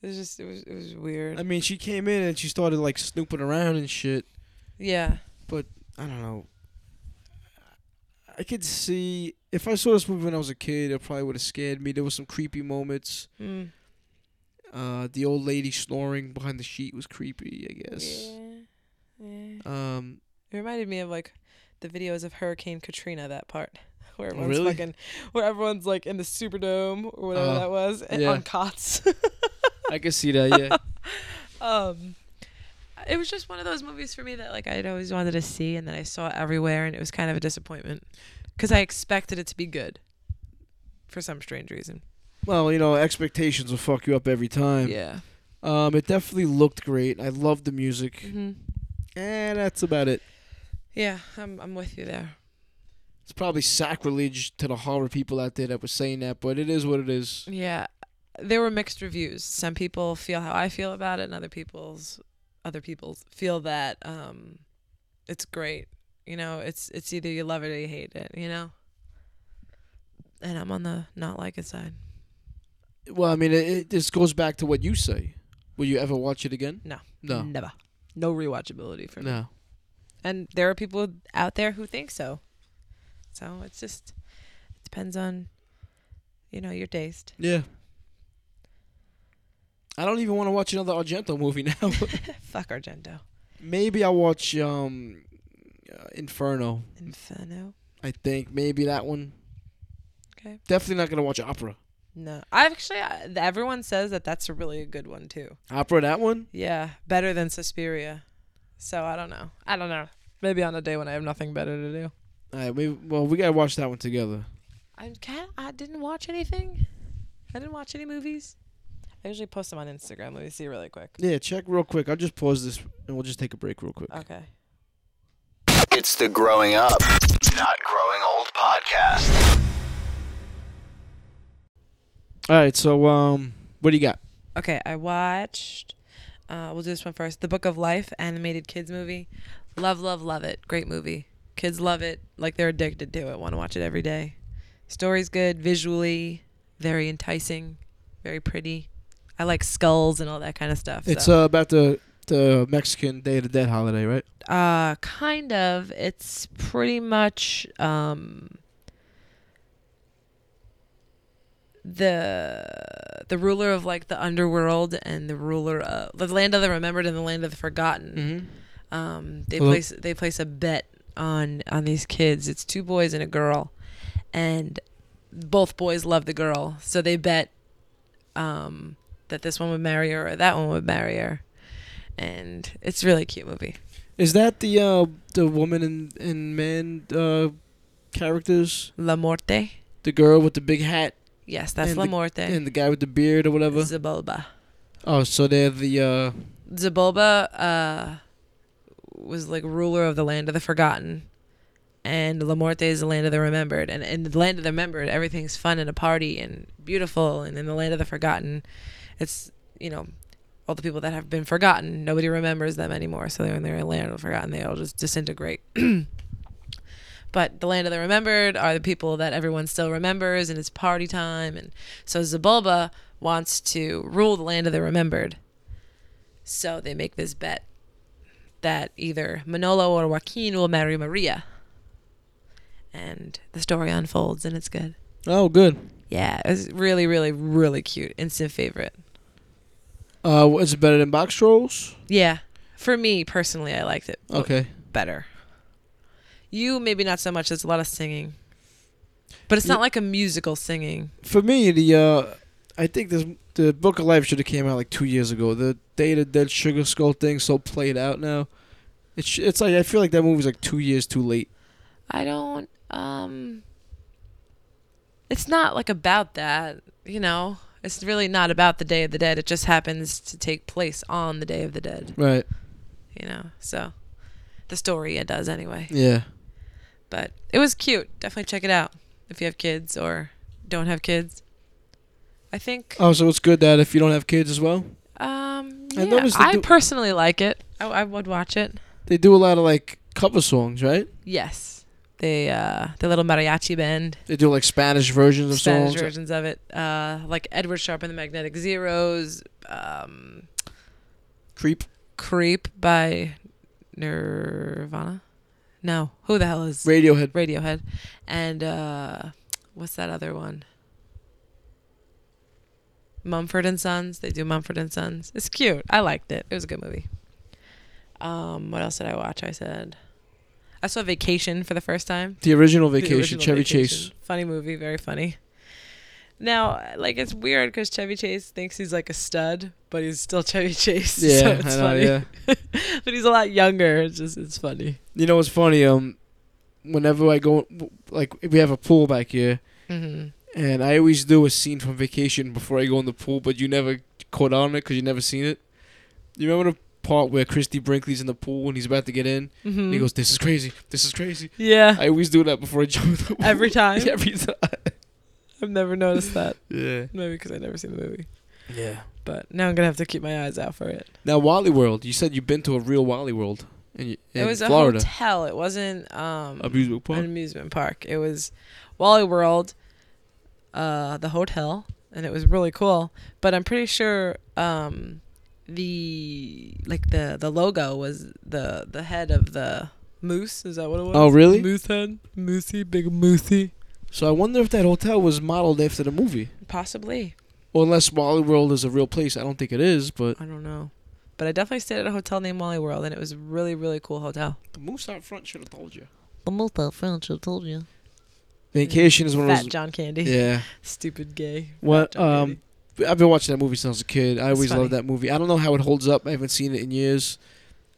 It was just it was it was
I
weird.
mean, she came in and she started like snooping around and shit.
Yeah.
I don't know. I could see if I saw this movie when I was a kid, it probably would have scared me. There was some creepy moments.
Mm.
Uh, the old lady snoring behind the sheet was creepy, I guess.
Yeah. Yeah.
Um,
It reminded me of like the videos of Hurricane Katrina that part. Where everyone's
Really?
fucking where everyone's like in the Superdome or whatever
Oh,
that was and
yeah.
on cots.
I could see that. Yeah.
um it was just one of those movies for me that like I'd always wanted to see and then I saw it everywhere and it was kind of a disappointment cuz I expected it to be good for some strange reason.
Well, you know, expectations will fuck you up every time.
Yeah.
Um, it definitely looked great. I loved the music.
hmm
And that's about it.
Yeah, I'm I'm with you there.
It's probably sacrilege to the horror people out there that were saying that, but it is what it is.
Yeah, there were mixed reviews. Some people feel how I feel about it, and other people's other people's feel that um, it's great. You know, it's it's either you love it or you hate it. You know, and I'm on the not like it side.
Well, I mean, it, it, this goes back to what you say. Will you ever watch it again?
No.
No. No.
never, no rewatchability for me. And there are people out there who think so. So it's just it depends on you know your taste.
Yeah. I don't even want to watch another Argento movie now.
Fuck Argento,
Maybe I'll watch um, uh, Inferno.
Inferno.
I think maybe that one.
Okay.
Definitely not gonna watch opera.
No, I actually I, everyone says that that's a really good one too.
Opera that one.
Yeah, better than Suspiria. So I don't know. I don't know. Maybe on a day when I have nothing better to do.
All right, we well we gotta watch that one together.
I'm kind I didn't watch anything. I didn't watch any movies. I usually post them on Instagram. Let me see really quick.
Yeah, check real quick. I'll just pause this and we'll just take a break real quick.
Okay.
It's the Growing Up, Not Growing Old podcast.
All right, so um, what do you got?
Okay, I watched. Uh, we'll do this one first. The Book of Life animated kids movie. Love, love, love it. Great movie. Kids love it. Like they're addicted to it. Want to watch it every day. Story's good. Visually, very enticing. Very pretty. I like skulls and all that kind of stuff.
It's
so.
uh, about the the Mexican Day of the Dead holiday, right?
Uh, kind of. It's pretty much um, the the ruler of like the underworld and the ruler of the land of the remembered and the land of the forgotten.
Mm-hmm.
Um, they
Hello?
place they place a bet on on these kids. It's two boys and a girl, and both boys love the girl, so they bet um, that this one would marry her or that one would marry her, and it's a really cute movie.
Is that the uh, the woman and and man uh, characters?
La Morte.
The girl with the big hat
Yes, that's
And
La
the-
Morte.
and the guy with the beard or whatever.
Zabulba.
Oh, so they're the uh,
Zabulba uh, was like ruler of the land of the forgotten, and La Morte is the land of the remembered. And in the land of the remembered, everything's fun and a party and beautiful. And in the land of the forgotten, it's you know all the people that have been forgotten. Nobody remembers them anymore, so they're in their land of the forgotten. They all just disintegrate. But the land of the remembered are the people that everyone still remembers, and it's party time. And so Zabulba wants to rule the land of the remembered. So they make this bet that either Manolo or Joaquin will marry Maria. And the story unfolds, and it's good.
oh, good.
Yeah, it's really, really, really cute. Instant favorite.
Uh, wh- is it better than Box Trolls?
Yeah, for me personally, I liked it
Okay.
better. You maybe not so much. There's a lot of singing, but it's not like a musical singing.
For me, the uh, I think this the Book of Life should have came out like two years ago. The Day of the Dead Sugar Skull thing so played out now. It's sh- it's like I feel like that movie's like two years too late.
I don't um it's not like about that, you know. It's really not about the Day of the Dead. It just happens to take place on the Day of the Dead,
Right.
you know. So the story it does anyway.
Yeah.
But it was cute. Definitely check it out if you have kids or don't have kids. I think
Oh, so it's good that if you don't have kids as well,
um yeah,
I noticed they
I
do-
personally like it. I, I would watch it.
they do a lot of like cover songs, right?
Yes. They uh the little mariachi band
They do like Spanish versions of
Spanish
songs.
versions of it, uh, like Edward Sharpe and the Magnetic Zeros, um,
Creep.
"Creep" by Nirvana. No, who the hell is
Radiohead.
Radiohead? And uh, what's that other one? Mumford and Sons. They do Mumford and Sons. It's cute. I liked it. It was a good movie. Um, what else did I watch? I said I saw Vacation for the first time.
The original
The
Vacation.
original
Chevy Chase.
Vacation. Funny movie, very funny. Now, like it's weird because Chevy Chase thinks he's like a stud, but he's still Chevy Chase.
Yeah,
so it's
I know,
funny.
yeah.
but he's a lot younger. It's just it's funny.
You know what's funny? Um, whenever I go, like we have a pool back here,
Mm-hmm.
and I always do a scene from Vacation before I go in the pool, but you never caught on it because you never seen it. You remember the part where Christy Brinkley's in the pool and he's about to get in? And
Mm.
he goes, "This is crazy. This is crazy."
Mm-hmm. yeah,
I always do that before I jump in the pool.
every time.
Every time.
I've never noticed that.
Yeah.
Maybe because I never seen the movie.
Yeah.
But now I'm gonna have to keep my eyes out for it.
Now Wally World. You said you've been to a real Wally World in, in
it was
Florida.
a hotel. It wasn't um,
Amusement park.
an amusement park. It was Wally World, uh, the hotel, and it was really cool. But I'm pretty sure um, the like the the logo was the the head of the moose. Is that what it was?
Oh, really?
Moose head, moosey, big moosey.
So I wonder if that hotel was modeled after the movie,
Possibly.
or unless Wally World is a real place. I don't think it is, but
I don't know. But I definitely stayed at a hotel named Wally World, and it was a really really cool hotel.
the moose out front should have told you.
The moose out front should told you.
Vacation is one of
Fat
those.
John Candy.
Yeah.
Stupid gay.
What?
Fat John Candy.
Um, I've been watching that movie since I was a kid. I
It's
always
funny.
loved that movie. I don't know how it holds up. I haven't seen it in years.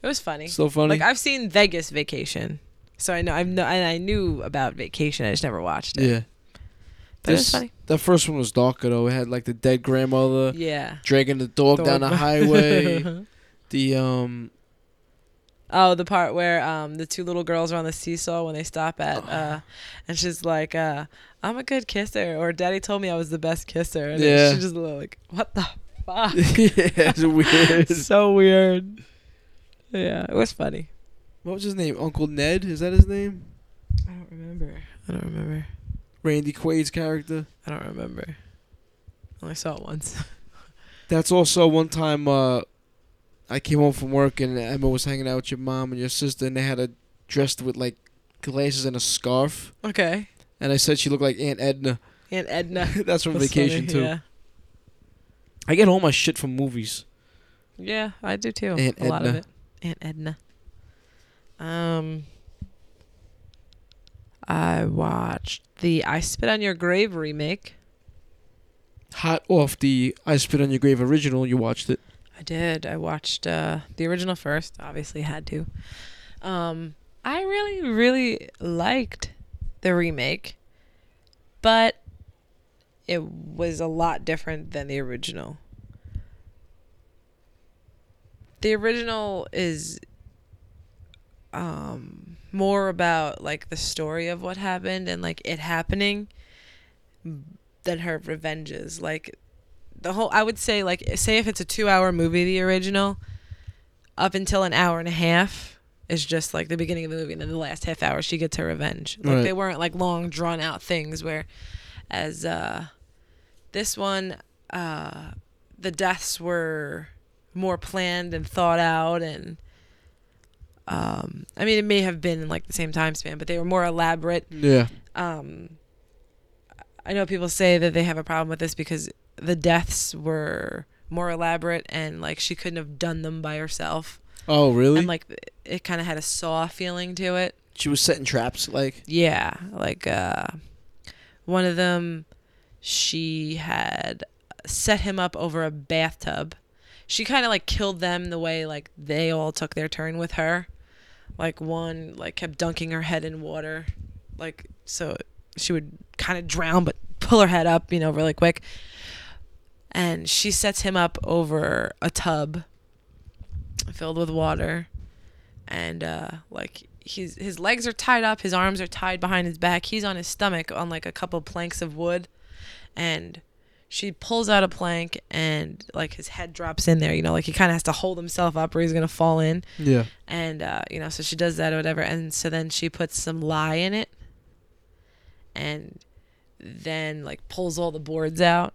It was funny.
It's so funny.
Like I've seen Vegas Vacation, so I know I've no, and I knew about Vacation. I just never watched it.
yeah.
but it
This-
was funny.
That first one was darker though. It had like the dead grandmother
Yeah.
dragging the dog, uh, down the
Dog.
highway. the um.
Oh, the part where um the two little girls are on the seesaw when they stop
Oh.
at uh, and she's like uh, I'm a good kisser, or Daddy told me I was the best kisser, and
Yeah.
yeah. she's just like, what the fuck?
yeah, it's weird.
so weird. Yeah, it was funny.
what was his name? Uncle Ned? Is that his name?
I don't remember. I don't remember.
Randy Quaid's character.
I don't remember. I only saw it once.
That's also one time uh, I came home from work and Emma was hanging out with your mom and your sister, and they had a dressed with like glasses and a scarf.
okay.
And I said she looked like Aunt Edna.
And Edna.
That's from
That's
vacation
funny,
too.
Yeah.
I get all my shit from movies.
Yeah, I do too.
Aunt
a lot of
Edna.
it. Aunt Edna. Um, I watched the I Spit on Your Grave remake.
Hot off the I Spit on Your Grave original, you watched it.
I did. I watched uh, the original first. Obviously, had to. Um, I really, really liked the remake, but it was a lot different than the original. The original is um, more about like the story of what happened and like it happening than her revenges. Like the whole I would say like say if it's a 2 hour movie the original up until an hour and a half is just like the beginning of the movie and then the last half hour she gets her revenge. Like
Right.
they weren't like long drawn out things where as uh this one uh the deaths were more planned and thought out and um I mean it may have been in like the same time span but they were more elaborate
Yeah.
um I know people say that they have a problem with this because the deaths were more elaborate and like she couldn't have done them by herself.
Oh, really?
And like it kind of had a saw feeling to it.
she was setting traps, like.
Yeah, like uh one of them she had set him up over a bathtub. She kind of like killed them the way like they all took their turn with her. Like one like kept dunking her head in water like so she would kind of drown but pull her head up, you know, really quick. And she sets him up over a tub filled with water and uh, like he's his legs are tied up, his arms are tied behind his back. He's on his stomach on like a couple planks of wood, and she pulls out a plank and like his head drops in there. You know, like he kind of has to hold himself up or he's gonna fall in.
Yeah.
And uh, you know, so she does that or whatever, and so then she puts some lye in it, and then like pulls all the boards out,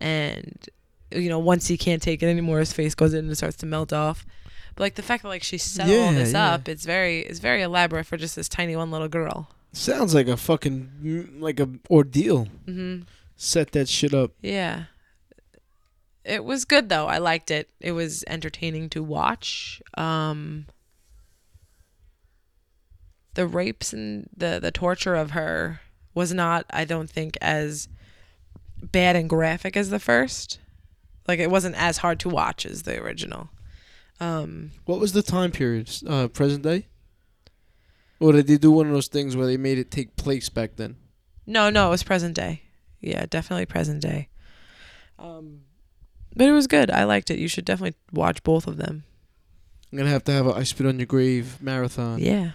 and you know, once he can't take it anymore, his face goes in and starts to melt off. But like the fact that like she set all
Yeah,
this
yeah.
up, it's very it's very elaborate for just this tiny one little girl.
Sounds like a fucking mm, like a ordeal.
hmm
Set that shit up.
Yeah. It was good though. I liked it. It was entertaining to watch. Um the rapes and the the torture of her was not I don't think as bad and graphic as the first. Like it wasn't as hard to watch as the original. Um
What was the time period? S- Uh, present day. Or did they do one of those things where they made it take place back then?
No, no, it was present day. Yeah, definitely present day. Um, but it was good. I liked it. You should definitely watch both of them.
I'm gonna have to have a I spit on your grave marathon.
Yeah,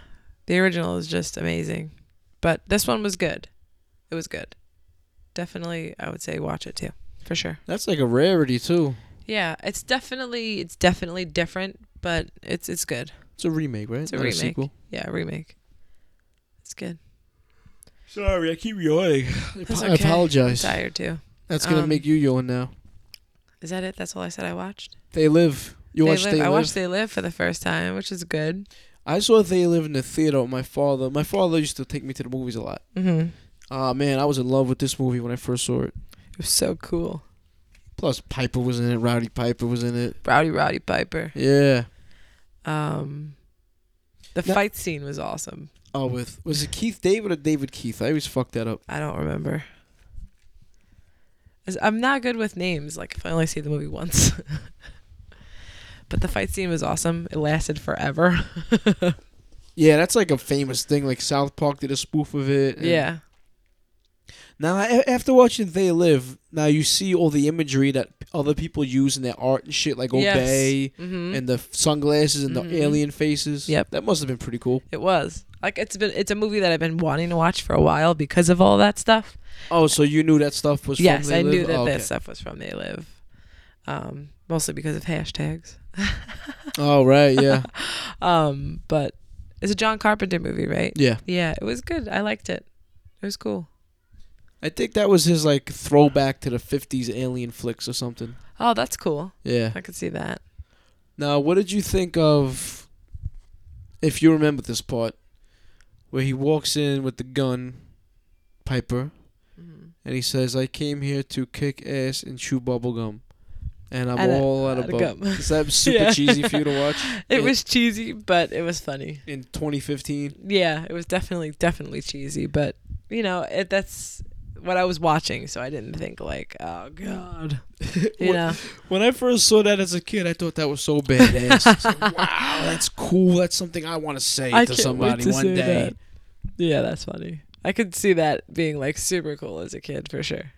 the original is just amazing, but this one was good. It was good. Definitely, I would say watch it too, for sure.
That's like a rarity too.
Yeah, it's definitely it's definitely different, but it's it's good.
It's a remake, right?
It's a
Not
remake.
sequel.
Yeah, remake. It's good.
Sorry, I keep yawning.
That's
I
okay.
apologize.
I'm tired too.
That's gonna
Um,
make you yawn now.
Is that it? That's all I said. I watched.
They live. You
They
watched
Live-
They
I
Live.
watched They Live for the first time, which is good.
I saw They Live in the theater with my father. My father used to take me to the movies a lot.
Mm-hmm.
Ah man, I was in love with this movie when I first saw it.
It was so cool.
Plus Piper was in it. Rowdy Piper was in it.
Rowdy Rowdy Piper.
Yeah.
Um, the
Now-
fight scene was awesome.
Oh, with was it Keith David or David Keith? I always fuck that up.
I don't remember. As- I'm not good with names. Like if I only see the movie once. but the fight scene was awesome. It lasted forever.
Yeah, that's like a famous thing. Like South Park did a spoof of it. and-
yeah.
Now, a- after watching They Live, now you see all the imagery that other people use in their art and shit, like
Yes.
Obey
hmm
and the f- sunglasses and
Mhm.
the alien faces.
Yep.
That must have been pretty cool.
it was like it's been it's a movie that I've been wanting to watch for a while because of all that stuff.
Oh, so you knew that stuff was
yes,
from They
I
Live?
knew that
oh, okay.
that stuff was from They Live, um, mostly because of hashtags.
Oh, right, yeah.
Um, but it's a John Carpenter movie, right?
yeah.
Yeah, it was good. I liked it. It was cool.
I think that was his, like, throwback to the 50s alien flicks or something.
Oh, that's cool.
Yeah.
I could see that.
Now, what did you think of, if you remember this part, where he walks in with the gun, Piper, and he says, "I came here to kick ass and chew bubblegum," and I'm
Out of-
all out of
out of
gum.
gum.
that was super
Yeah.
cheesy for you to watch?
It
Yeah.
was cheesy, but it was funny.
in 2015.
Yeah, it was definitely definitely cheesy, but you know, it, that's what I was watching, so I didn't think like, oh god, you
What-
know,
When I first saw that as a kid, I thought that was so badass. It's like, wow, that's cool. That's something I want to say
I
to
can't
somebody
wait to
one
see
day.
that. Yeah, that's funny. I could see that being like super cool as a kid for sure.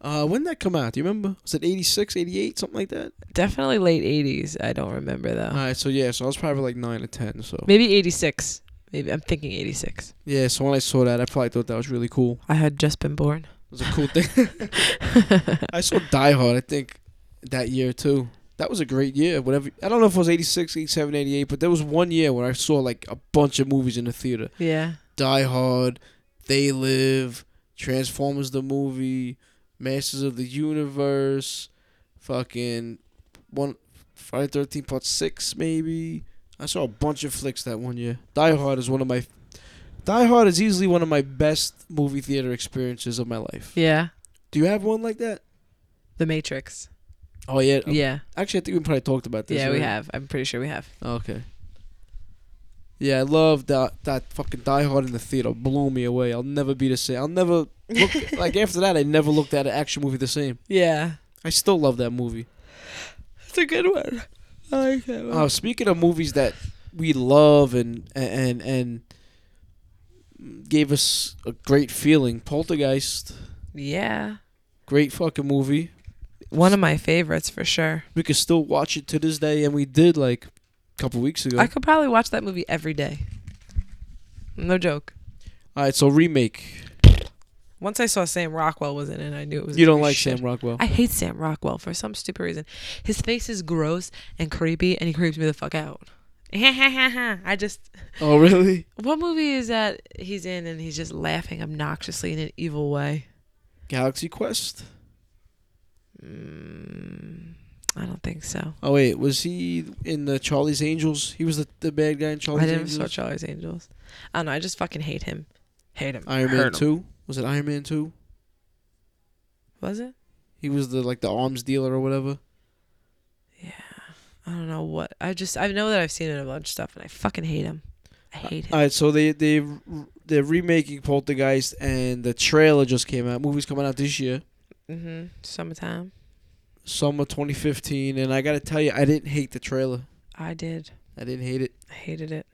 Uh, when did that come out? Do you remember? Was it 86, 88, something like that?
Definitely late '80s. I don't remember though.
All right, so yeah, so I was probably like 9 or 10. So
Maybe '86. Maybe I'm thinking '86.
yeah, so when I saw that, I probably thought that was really cool.
I had just been born.
It was a cool thing. I saw Die Hard, I think, that year too. That was a great year. Whatever. I don't know if it was 86, 87, 88, but there was one year where I saw like a bunch of movies in the theater.
yeah.
Die Hard, They Live, Transformers the movie, Masters of the Universe, fucking one Friday Thirteenth Part Six maybe. I saw a bunch of flicks that one year. Die Hard is one of my Die Hard is easily one of my best movie theater experiences of my life.
Yeah.
Do you have one like that?
The Matrix.
Oh yeah.
Yeah.
Actually, I think we probably talked about this.
Yeah, we
already.
have. I'm pretty sure we have.
Okay. Yeah, I love that that fucking Die Hard in the theater blew me away. I'll never be the same. I'll never look like after that. I never looked at an action movie the same.
Yeah.
I still love that movie.
It's a good one. I like that one.
Uh, speaking of movies that we love and and and gave us a great feeling, Poltergeist,
yeah.
great fucking movie.
One of my favorites for sure.
We could still watch it to this day, and we did like a couple weeks ago.
I could probably watch that movie every day. No joke.
All right, so remake.
Once I saw Sam Rockwell was in it, I knew it was.
You
gonna
don't
be
like
shit.
Sam Rockwell?
I hate Sam Rockwell for some stupid reason. His face is gross and creepy, and he creeps me the fuck out. I just
oh really?
what movie is that he's in and he's just laughing obnoxiously in an evil way?
Galaxy Quest.
Mm, I don't think so.
Oh wait, was he in the Charlie's Angels? He was the, the bad guy in Charlie's
I never
Angels.
saw Charlie's Angels. I don't know. I just fucking hate him. Hate him.
Iron
Hurt
Man
him.
Two. Was it Iron Man Two?
Was it?
He was the like the arms dealer or whatever.
I don't know what. I just I know that I've seen it in a bunch of stuff and I fucking hate him. I hate him.
All right, so they they they're remaking Poltergeist, and the trailer just came out. Movie's coming out this year,
mm-hmm. Summertime.
summer 2015. And I gotta tell you, I didn't hate the trailer.
I did.
I didn't hate it.
I hated it.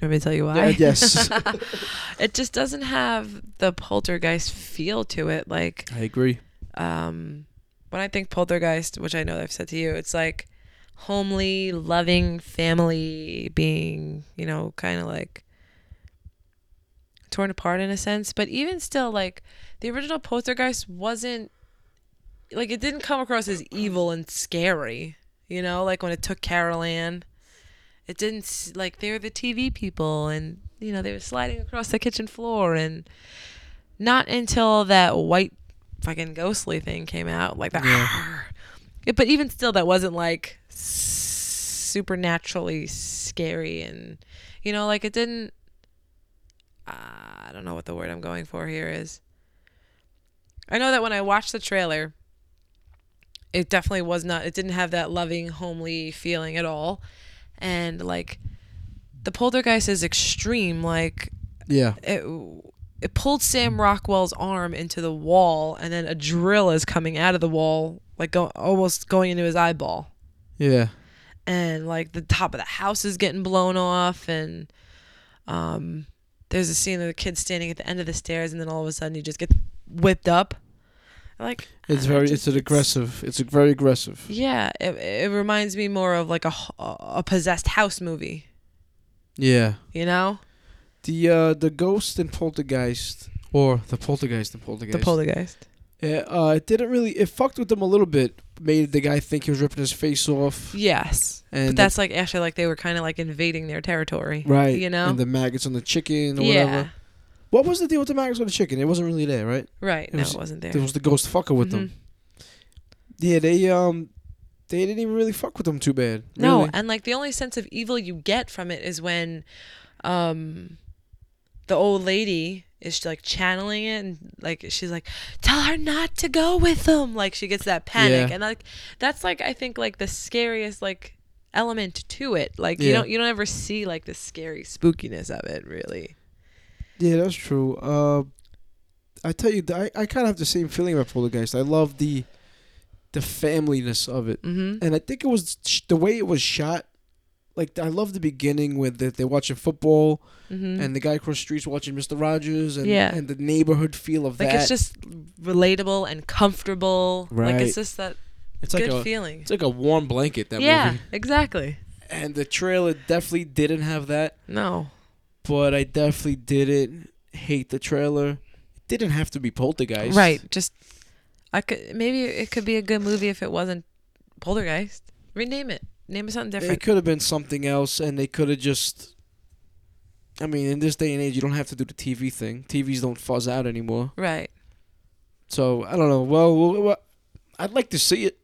Let me to tell you why.
Yeah, yes,
it just doesn't have the poltergeist feel to it. Like
I agree.
um, when I think poltergeist, which I know I've said to you, it's like homely, loving family being, you know, kind of like torn apart in a sense. But even still, like the original poltergeist wasn't like it didn't come across as evil and scary, you know, like when it took Carol Ann. It didn't s- like they were the TV people and you know they were sliding across the kitchen floor and not until that white fucking ghostly thing came out like that but even still that wasn't like s- supernaturally scary and you know like it didn't uh, i don't know what the word i'm going for here is i know that when i watched the trailer it definitely was not it didn't have that loving homely feeling at all and like the poltergeist is extreme like
Yeah,
it, it pulled Sam Rockwell's arm into the wall, and then a drill is coming out of the wall, like go, almost going into his eyeball.
yeah.
And like the top of the house is getting blown off, and um, there's a scene of the kid standing at the end of the stairs, and then all of a sudden you just get whipped up. Like
It's
I
very
just-
it's an aggressive. It's a very aggressive.
Yeah, it, it reminds me more of like a h- a possessed house movie,
Yeah.
you know,
The uh the ghost and poltergeist or the poltergeist and poltergeist.
the poltergeist.
Yeah, uh, it didn't really. It fucked with them a little bit. Made the guy think he was ripping his face off.
Yes,
And
but that's like actually like they were kind of like invading their territory,
the, right.
You know,
and the maggots on the chicken or
yeah.
whatever. What was the deal with the maggots on the chicken? It wasn't really there, right?
Right.
It
no,
was-
it wasn't there.
There was the ghost fucker with them.
Mm-hmm.
Yeah, they um, they didn't even really fuck with them too bad.
No,
really.
and like the only sense of evil you get from it is when um the old lady is she like channeling it and like she's like tell her not to go with them like she gets that panic
Yeah.
and like that's like i think like the scariest like element to it like you
Yeah.
don't you don't ever see like the scary spookiness of it really
Yeah, that's true. Uh, I tell you, I, I kind of have the same feeling about Poltergeist. I love the the familyness of it,
mm-hmm
and I think it was sh- the way it was shot. Like I love the beginning with that they're watching football
mm-hmm
and the guy across the streets watching Mister Rogers and
Yeah.
and the neighborhood feel of
like
that.
it's just relatable and comfortable like
Right.
it's just that
It's like
good
a
feeling
it's like a warm blanket that
yeah
movie.
exactly
and the trailer definitely didn't have that,
no
but I definitely didn't hate the trailer. It didn't have to be Poltergeist,
right just i could maybe it could be a good movie if it wasn't poltergeist rename it name it something
It
different
could have been something else, and they could have just. I mean, in this day and age, you don't have to do the TV thing. TVs don't fuzz out anymore.
right
So I don't know. Well, well, well, I'd like to see it.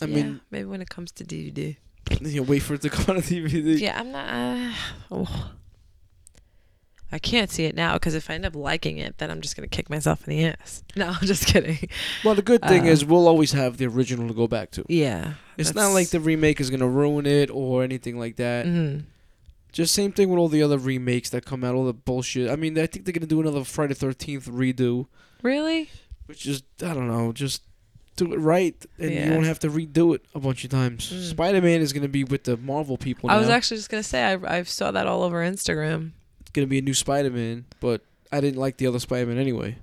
I
yeah,
mean,
maybe when it comes to DVD.
you know, wait for it to come on DVD.
Yeah, I'm not. Uh, oh. I can't see it now because if I end up liking it, then I'm just gonna kick myself in the ass. No, I'm just kidding.
Well, the good thing
Uh,
is we'll always have the original to go back to.
Yeah,
It's not like the remake is gonna ruin it or anything like that.
hmm
Just same thing with all the other remakes that come out, all the bullshit. I mean, I think they're gonna do another Friday Thirteenth redo,
Really?
which is I don't know, just do it right, and
Yeah.
you won't have to redo it a bunch of times.
Mm.
Spider Man is gonna be with the Marvel people.
I was
now.
actually just gonna say I I saw that all over Instagram.
It's gonna be a new Spider Man, but I didn't like the other Spider Man anyway.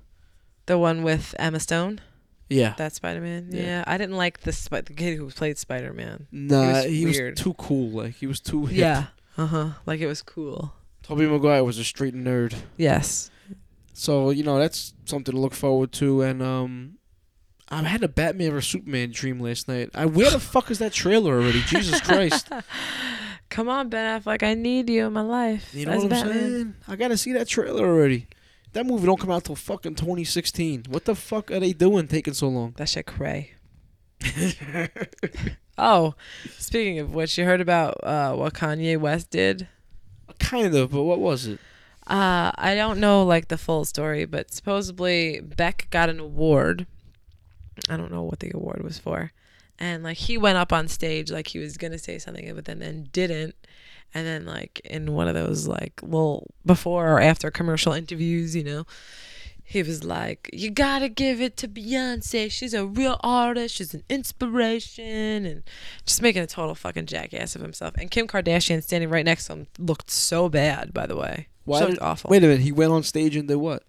The one with Emma Stone,
Yeah,
that Spider Man. Yeah.
Yeah.
I didn't like the spi- the kid who played Spider Man.
nah,
was
he was,
weird.
too cool. Like he was too hip.
Yeah. Uh huh. Like it was cool.
Tobey Maguire was a straight nerd.
Yes.
So you know that's something to look forward to, and um. I had a Batman or Superman dream last night. I where the fuck is that trailer already? Jesus Christ!
Come on, Ben Affleck. I need you in my life.
You know
as
what I'm
Batman.
saying? I gotta see that trailer already. That movie don't come out till fucking 2016. What the fuck are they doing taking so long?
That shit cray. oh, speaking of which, you heard about uh, what Kanye West did?
Kind of, but what was it?
Uh, I don't know like the full story, but supposedly Beck got an award. I don't know what the award was for. And like he went up on stage like he was gonna say something, but then then didn't. And then like in one of those like little before or after commercial interviews, you know, he was like, "You gotta give it to Beyonce. She's a real artist. She's an inspiration." And just making a total fucking jackass of himself. And Kim Kardashian standing right next to him looked so bad, by the way. She looked awful.
Wait a minute. He went on stage and did what?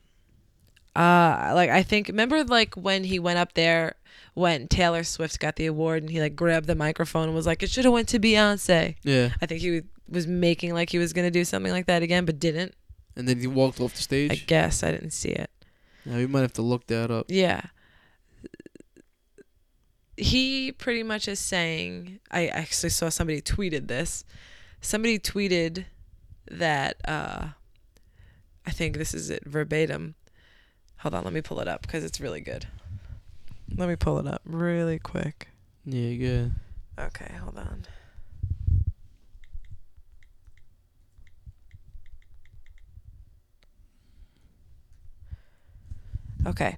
Uh, like I think remember like when he went up there when Taylor Swift got the award and he like grabbed the microphone and was like, "It should have went to Beyonce."
Yeah.
I think he was making like he was gonna do something like that again, but didn't.
And then he walked off the
I
stage.
guess I didn't see it.
Now we might have to look that up.
Yeah. He pretty much is saying, I actually saw somebody tweeted this. Somebody tweeted that, uh, I think this is it verbatim. Hold on, let me pull it up because it's really good. Let me pull it up really quick.
Yeah, yeah.
Okay, hold on. Okay.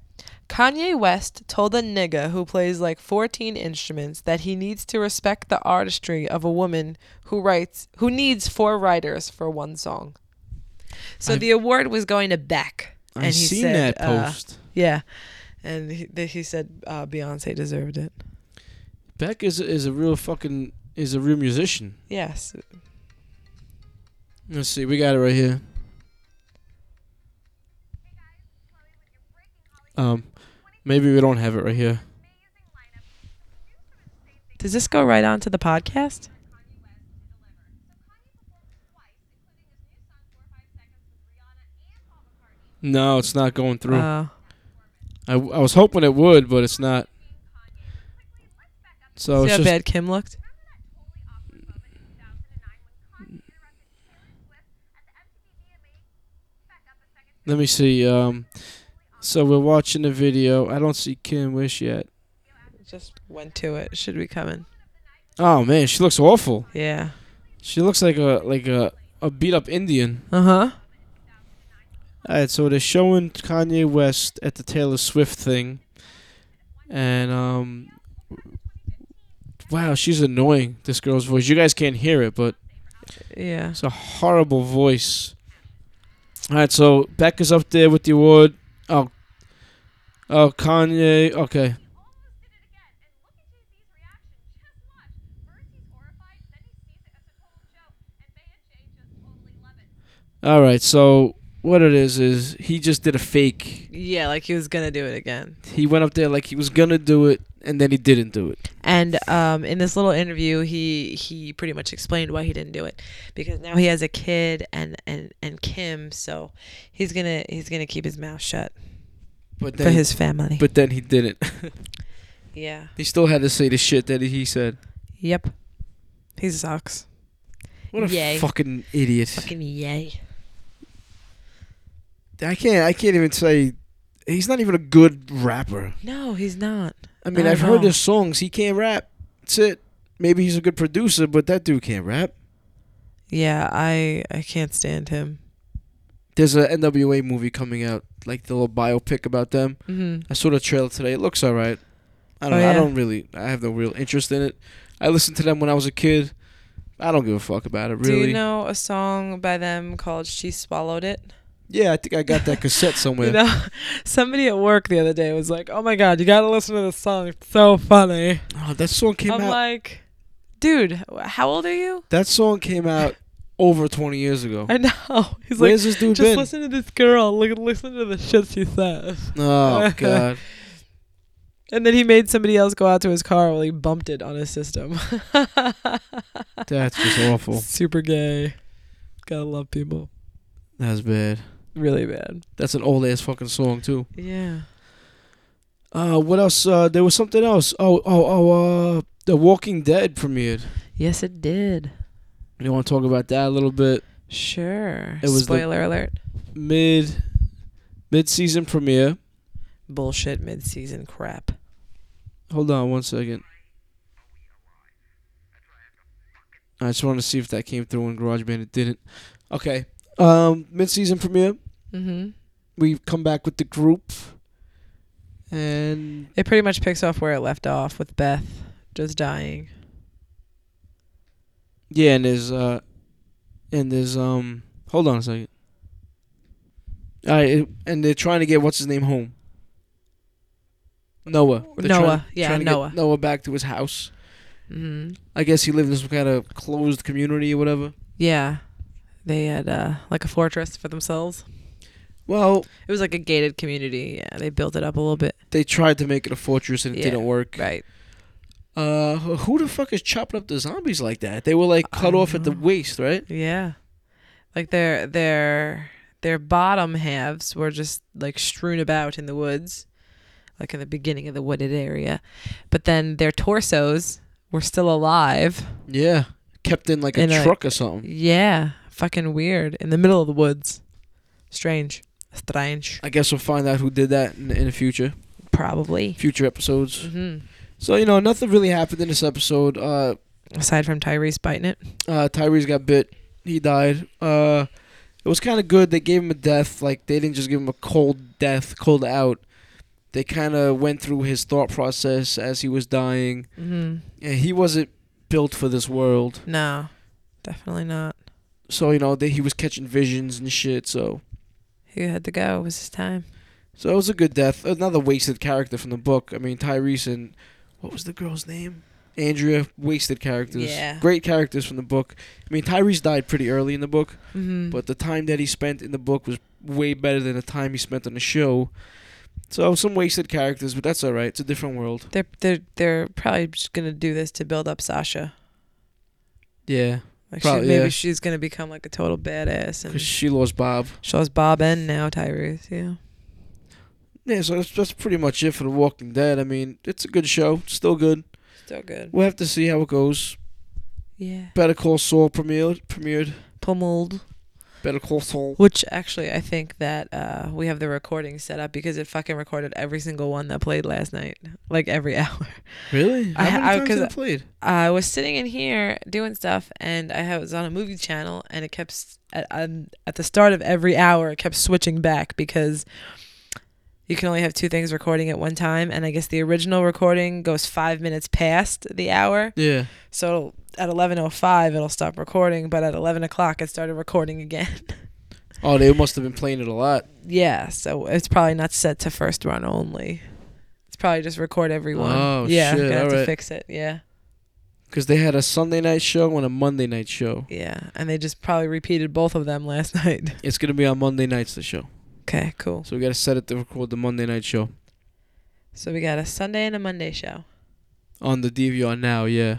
Kanye West told a nigga who plays like 14 instruments that he needs to respect the artistry of a woman who writes who needs four writers for one song. So the award was going to Beck.
I
he
seen
said,
that
uh,
post.
yeah. And he, th- he said uh, Beyonce deserved it.
Beck is is a real fucking is a real musician.
Yes.
Let's see, we got it right here. Um, maybe we don't have it right here.
Does this go right on to the podcast?
No, it's not going through.
Oh.
I, w- I was hoping it would, but it's not. So
See
Oh, it's
how
just
bad Kim looked?
let me see. Um, so we're watching the video. I don't see Kim Wish yet.
Just went to it. Should be coming.
Oh man, she looks awful.
Yeah.
Uh-huh. She looks like a like a a beat up Indian.
Uh huh.
All right, so they're showing Kanye West at the Taylor Swift thing, and um, wow, she's annoying. This girl's voice. You guys can't hear it, but
Yeah.
it's a horrible voice. All right, so Beck is up there with the award. Oh, oh, Kanye. Okay, all right. So what it is is he just did a fake
Yeah, like he was gonna do it again.
He went up there like he was gonna do it, and then he didn't do it.
And um, in this little interview, he he pretty much explained why he didn't do it, because now he has a kid and and and Kim, so he's gonna he's gonna keep his mouth shut
But
for
then,
his family.
but then he didn't.
yeah.
he still had to say the shit that he said.
Yep.
He sucks.
What a
Yay.
fucking idiot!
Fucking yay.
I can't. I can't even say. He's not even a good rapper.
No, he's not.
I mean,
Not
I've
at
heard
all.
his songs. He can't rap. That's it. Maybe he's a good producer, but that dude can't rap.
Yeah, I I can't stand him.
There's a NWA movie coming out, like the little biopic about them.
Mm-hmm.
I saw the trailer today. It looks all right. I don't.
Oh,
I
yeah.
don't really. I have no real interest in it. I listened to them when I was a kid. I don't give a fuck about it. Really.
Do you know a song by them called "She Swallowed It"?
Yeah, I think I got that cassette somewhere.
You know, somebody at work the other day was like, "Oh my god, you gotta listen to this song. It's so funny."
oh, that song came
I'm
out.
like, "Dude, wh- how old are you?"
that song came out over 20 years ago.
I know. He's
Where's
like,
this dude
"Just
been?
listen to this girl. Look, listen to the shit she says."
Oh God.
And then he made somebody else go out to his car while he bumped it on his system.
That's just awful.
Super gay. Gotta love people.
That's bad.
Really bad.
That's an old ass fucking song too.
Yeah.
Uh, what else? Uh, there was something else. Oh, oh, oh. Uh, The Walking Dead premiered.
Yes, it did.
You want to talk about that a little bit?
Sure.
It was the-
Spoiler alert.
Mid, mid season premiere.
Bullshit mid season crap.
Hold on one second. I just want to see if that came through in GarageBand. It didn't. Okay. Um, mid-season premiere.
Mm-hmm.
We come back with the group, and
It pretty much picks off where it left off with Beth just dying.
yeah, and there's uh, and there's um. Hold on a second. All right, it- and they're trying to get what's his name home. Noah. They're
Noah,
trying-
yeah,
trying to get
Noah.
Noah back to his house.
Mm-hmm.
I guess he lived in some kind of closed community or whatever.
Yeah. They had uh, like a fortress for themselves.
Well,
It was like a gated community. Yeah, they built it up a little bit.
they tried to make it a fortress and it
Yeah,
didn't work.
Right.
Uh, wh- who the fuck is chopping up the zombies like that? They were like
I
cut
don't
off at the
know.
waist, right?
Yeah. Like their their their bottom halves were just like strewn about in the woods, like in the beginning of the wooded area. But then their torsos were still alive.
Yeah, kept in like a
In a-
truck or something.
Yeah. Fucking weird. In the middle of the woods. Strange. Strange.
I guess we'll find out who did that in, in the future,
Probably.
future episodes.
hmm
So you know, nothing really happened in this episode. Uh,
Aside from Tyrese biting it.
uh, Tyrese got bit. He died. Uh, it was kind of good. They gave him a death. Like they didn't just give him a cold death, cold out. They kind of went through his thought process as he was dying,
hmm
and he wasn't built for this world.
No. Definitely not.
so you know they, he was catching visions and shit. So
He had to go. It was his time.
so it was a good death. Another wasted character from the book. I mean Tyrese and what was the girl's name? Andrea. Wasted characters.
Yeah.
Great characters from the book. I mean Tyrese died pretty early in the book,
Mm-hmm.
but the time that he spent in the book was way better than the time he spent on the show. So some wasted characters, but that's all right. It's a different world.
They're they're they're probably just gonna do this to build up Sasha.
Yeah.
Like
Probably,
she, maybe
yeah.
she's gonna become like a total badass, and
Because she lost Bob.
she has Bob and now Tyrese. Yeah,
Yeah, so that's, that's pretty much it for The Walking Dead. I mean, it's a good show. It's still good.
still good.
We'll have to see how it goes.
Yeah,
Better Call Saul premiered. Premiered.
pummeled.
Better Call Saul.
Which actually, I think that uh, we have the recording set up because it fucking recorded every single one that played last night, like every hour.
Really?
I
How
ha-
many
I-
times
'cause
have I played?
I was sitting in here doing stuff, and I was on a movie channel, and it kept s- at, um, at the start of every hour, it kept switching back because you can only have two things recording at one time, and I guess the original recording goes five minutes past the hour,
Yeah.
so at eleven oh five it'll stop recording, but at eleven o'clock it started recording again.
Oh, they must have been playing it a lot.
yeah, so it's probably not set to first run only. It's probably just record everyone.
Oh,
yeah,
shit,
gonna have to
alright.
fix it. Yeah,
Because they had a Sunday night show and a Monday night show.
yeah, and they just probably repeated both of them last night.
It's going to be on Monday nights, the show.
Okay, cool.
So we got to set it to record the Monday night show
So we got a Sunday and a Monday show
on the DVR now, yeah.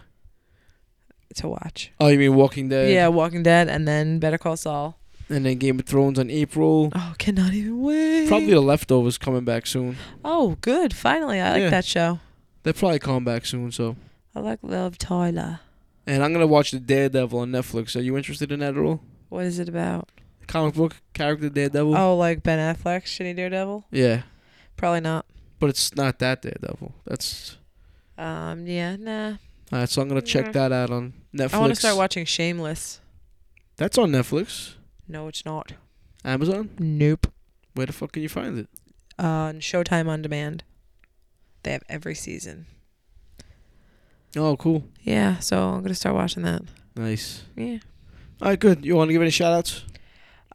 to watch.
Oh, you mean Walking Dead?
yeah, Walking Dead, and then Better Call Saul.
And then Game of Thrones on April.
Oh, cannot even wait.
Probably The Leftovers coming back soon.
Oh, good. Finally, I like
Yeah.
that show.
They're probably coming back soon, so.
I like Love Tyler.
And I'm going to watch The Daredevil on Netflix. Are you interested in that at all?
What is it about?
Comic book character Daredevil?
Oh, like Ben Affleck, shitty Daredevil.
Yeah.
Probably not.
But it's not that Daredevil. That's.
Um, yeah, nah.
All right, so I'm going to check
Yeah.
that out on Netflix.
Mm-hmm. I want to start watching Shameless.
That's on Netflix.
No, it's not.
Amazon?
Nope.
Where the fuck can you find it?
On Showtime on demand. They have every season.
Oh, cool.
Yeah, so I'm gonna start watching that.
Nice.
Yeah.
All right, good. You want to give any shout outs?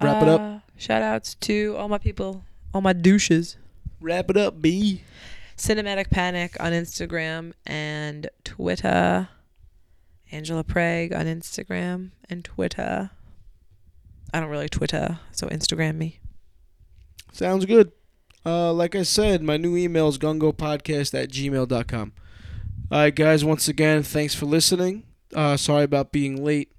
Wrap it up.
Uh, Shout outs to all my people, all my douches.
Wrap it up, B.
Cinematic Panic on Instagram and Twitter. Angela Prague on Instagram and Twitter. I don't really Twitter, so Instagram me.
Sounds good. Uh, like I said, my new email is gungopodcast at gmail.com. All right, guys, once again, thanks for listening. Uh, sorry about being late.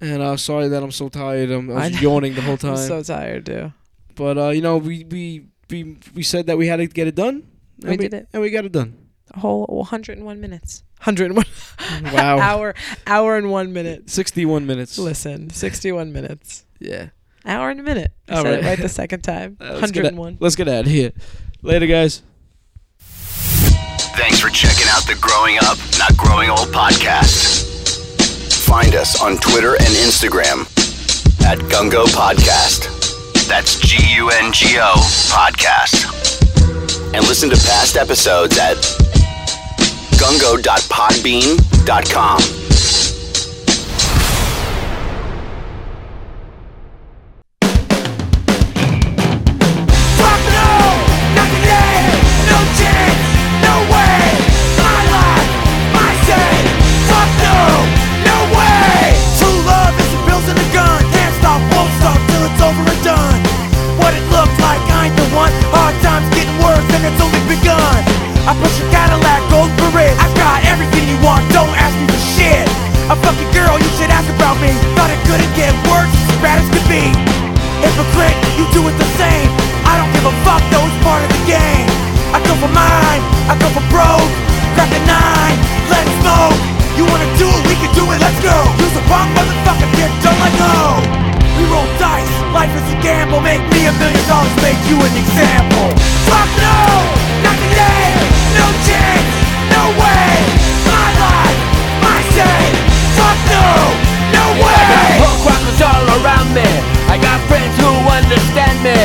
And uh, sorry that I'm so tired. I'm, I
I
was
know.
yawning the whole time.
I'm so tired, too.
but, uh, you know, we, we, we, we said that we had to get it done. And
We did it.
And we got it done.
A whole 101 minutes. 101
Wow.
hour, hour and one minute.
61 minutes.
Listen, 61 minutes.
Yeah.
Hour and a minute. I
All
said
right.
it right the second time.
Uh, let's get out-
101.
Let's get out of here. Later, guys.
Thanks for checking out the Growing Up, Not Growing Old podcast. Find us on Twitter and Instagram at Gungo Podcast. That's G U N G O Podcast. And listen to past episodes at gungo.podbean.com.
I push a Cadillac, gold parade. I got everything you want, don't ask me for shit. A fucking girl, you should ask about me. Thought it couldn't get worse, it's as bad as could be. Hypocrite, you do it the same. I don't give a fuck, though it's part of the game. I go for mine, I go for broke. Grab the nine, let's smoke. You wanna do it, we can do it, let's go. Use a wrong motherfucker, dick, don't let go. We roll dice, life is a gamble. Make me a million dollars, make you an example. Fuck no, not today, no chance, no way. My life, my say, fuck no, no way.
Punk rockers all around me. I got friends who understand me.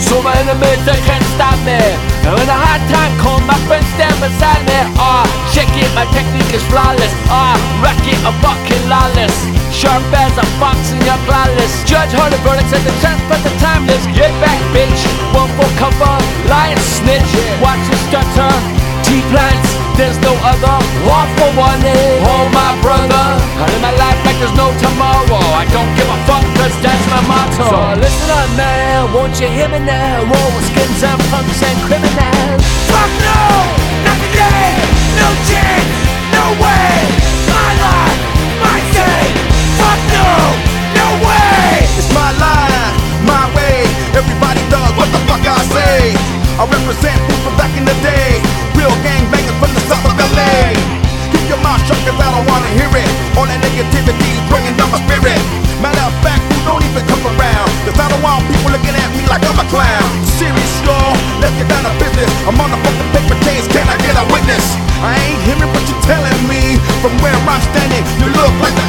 So my enemies they can't stop me. And when a hard time comes, my friends stand beside me. Ah, check it, my technique is flawless. Ah, rock it, I'm fucking lawless. Sharp as a fox in your flawless. Judge hard the verdict said the chance, but the timeless. Get back, bitch. One for cover, lion snitch. Watch it stutter. T plants, there's no other. One for one, eh? oh my brother. I live my life like there's no tomorrow. I don't give a fuck, cause that's my motto. So listen up, man, won't you hear me now? Roll with skins and punks and criminals.
Fuck no, not today, no chance, no way. My life, my say. Fuck no, no way.
It's my line, my way. Everybody does what the fuck I say. I represent people from back in the day. Real gangbangers from the south of LA. Keep your mouth shut cause I don't wanna hear it. All that negativity bringing down my spirit. Matter of fact, we
look like the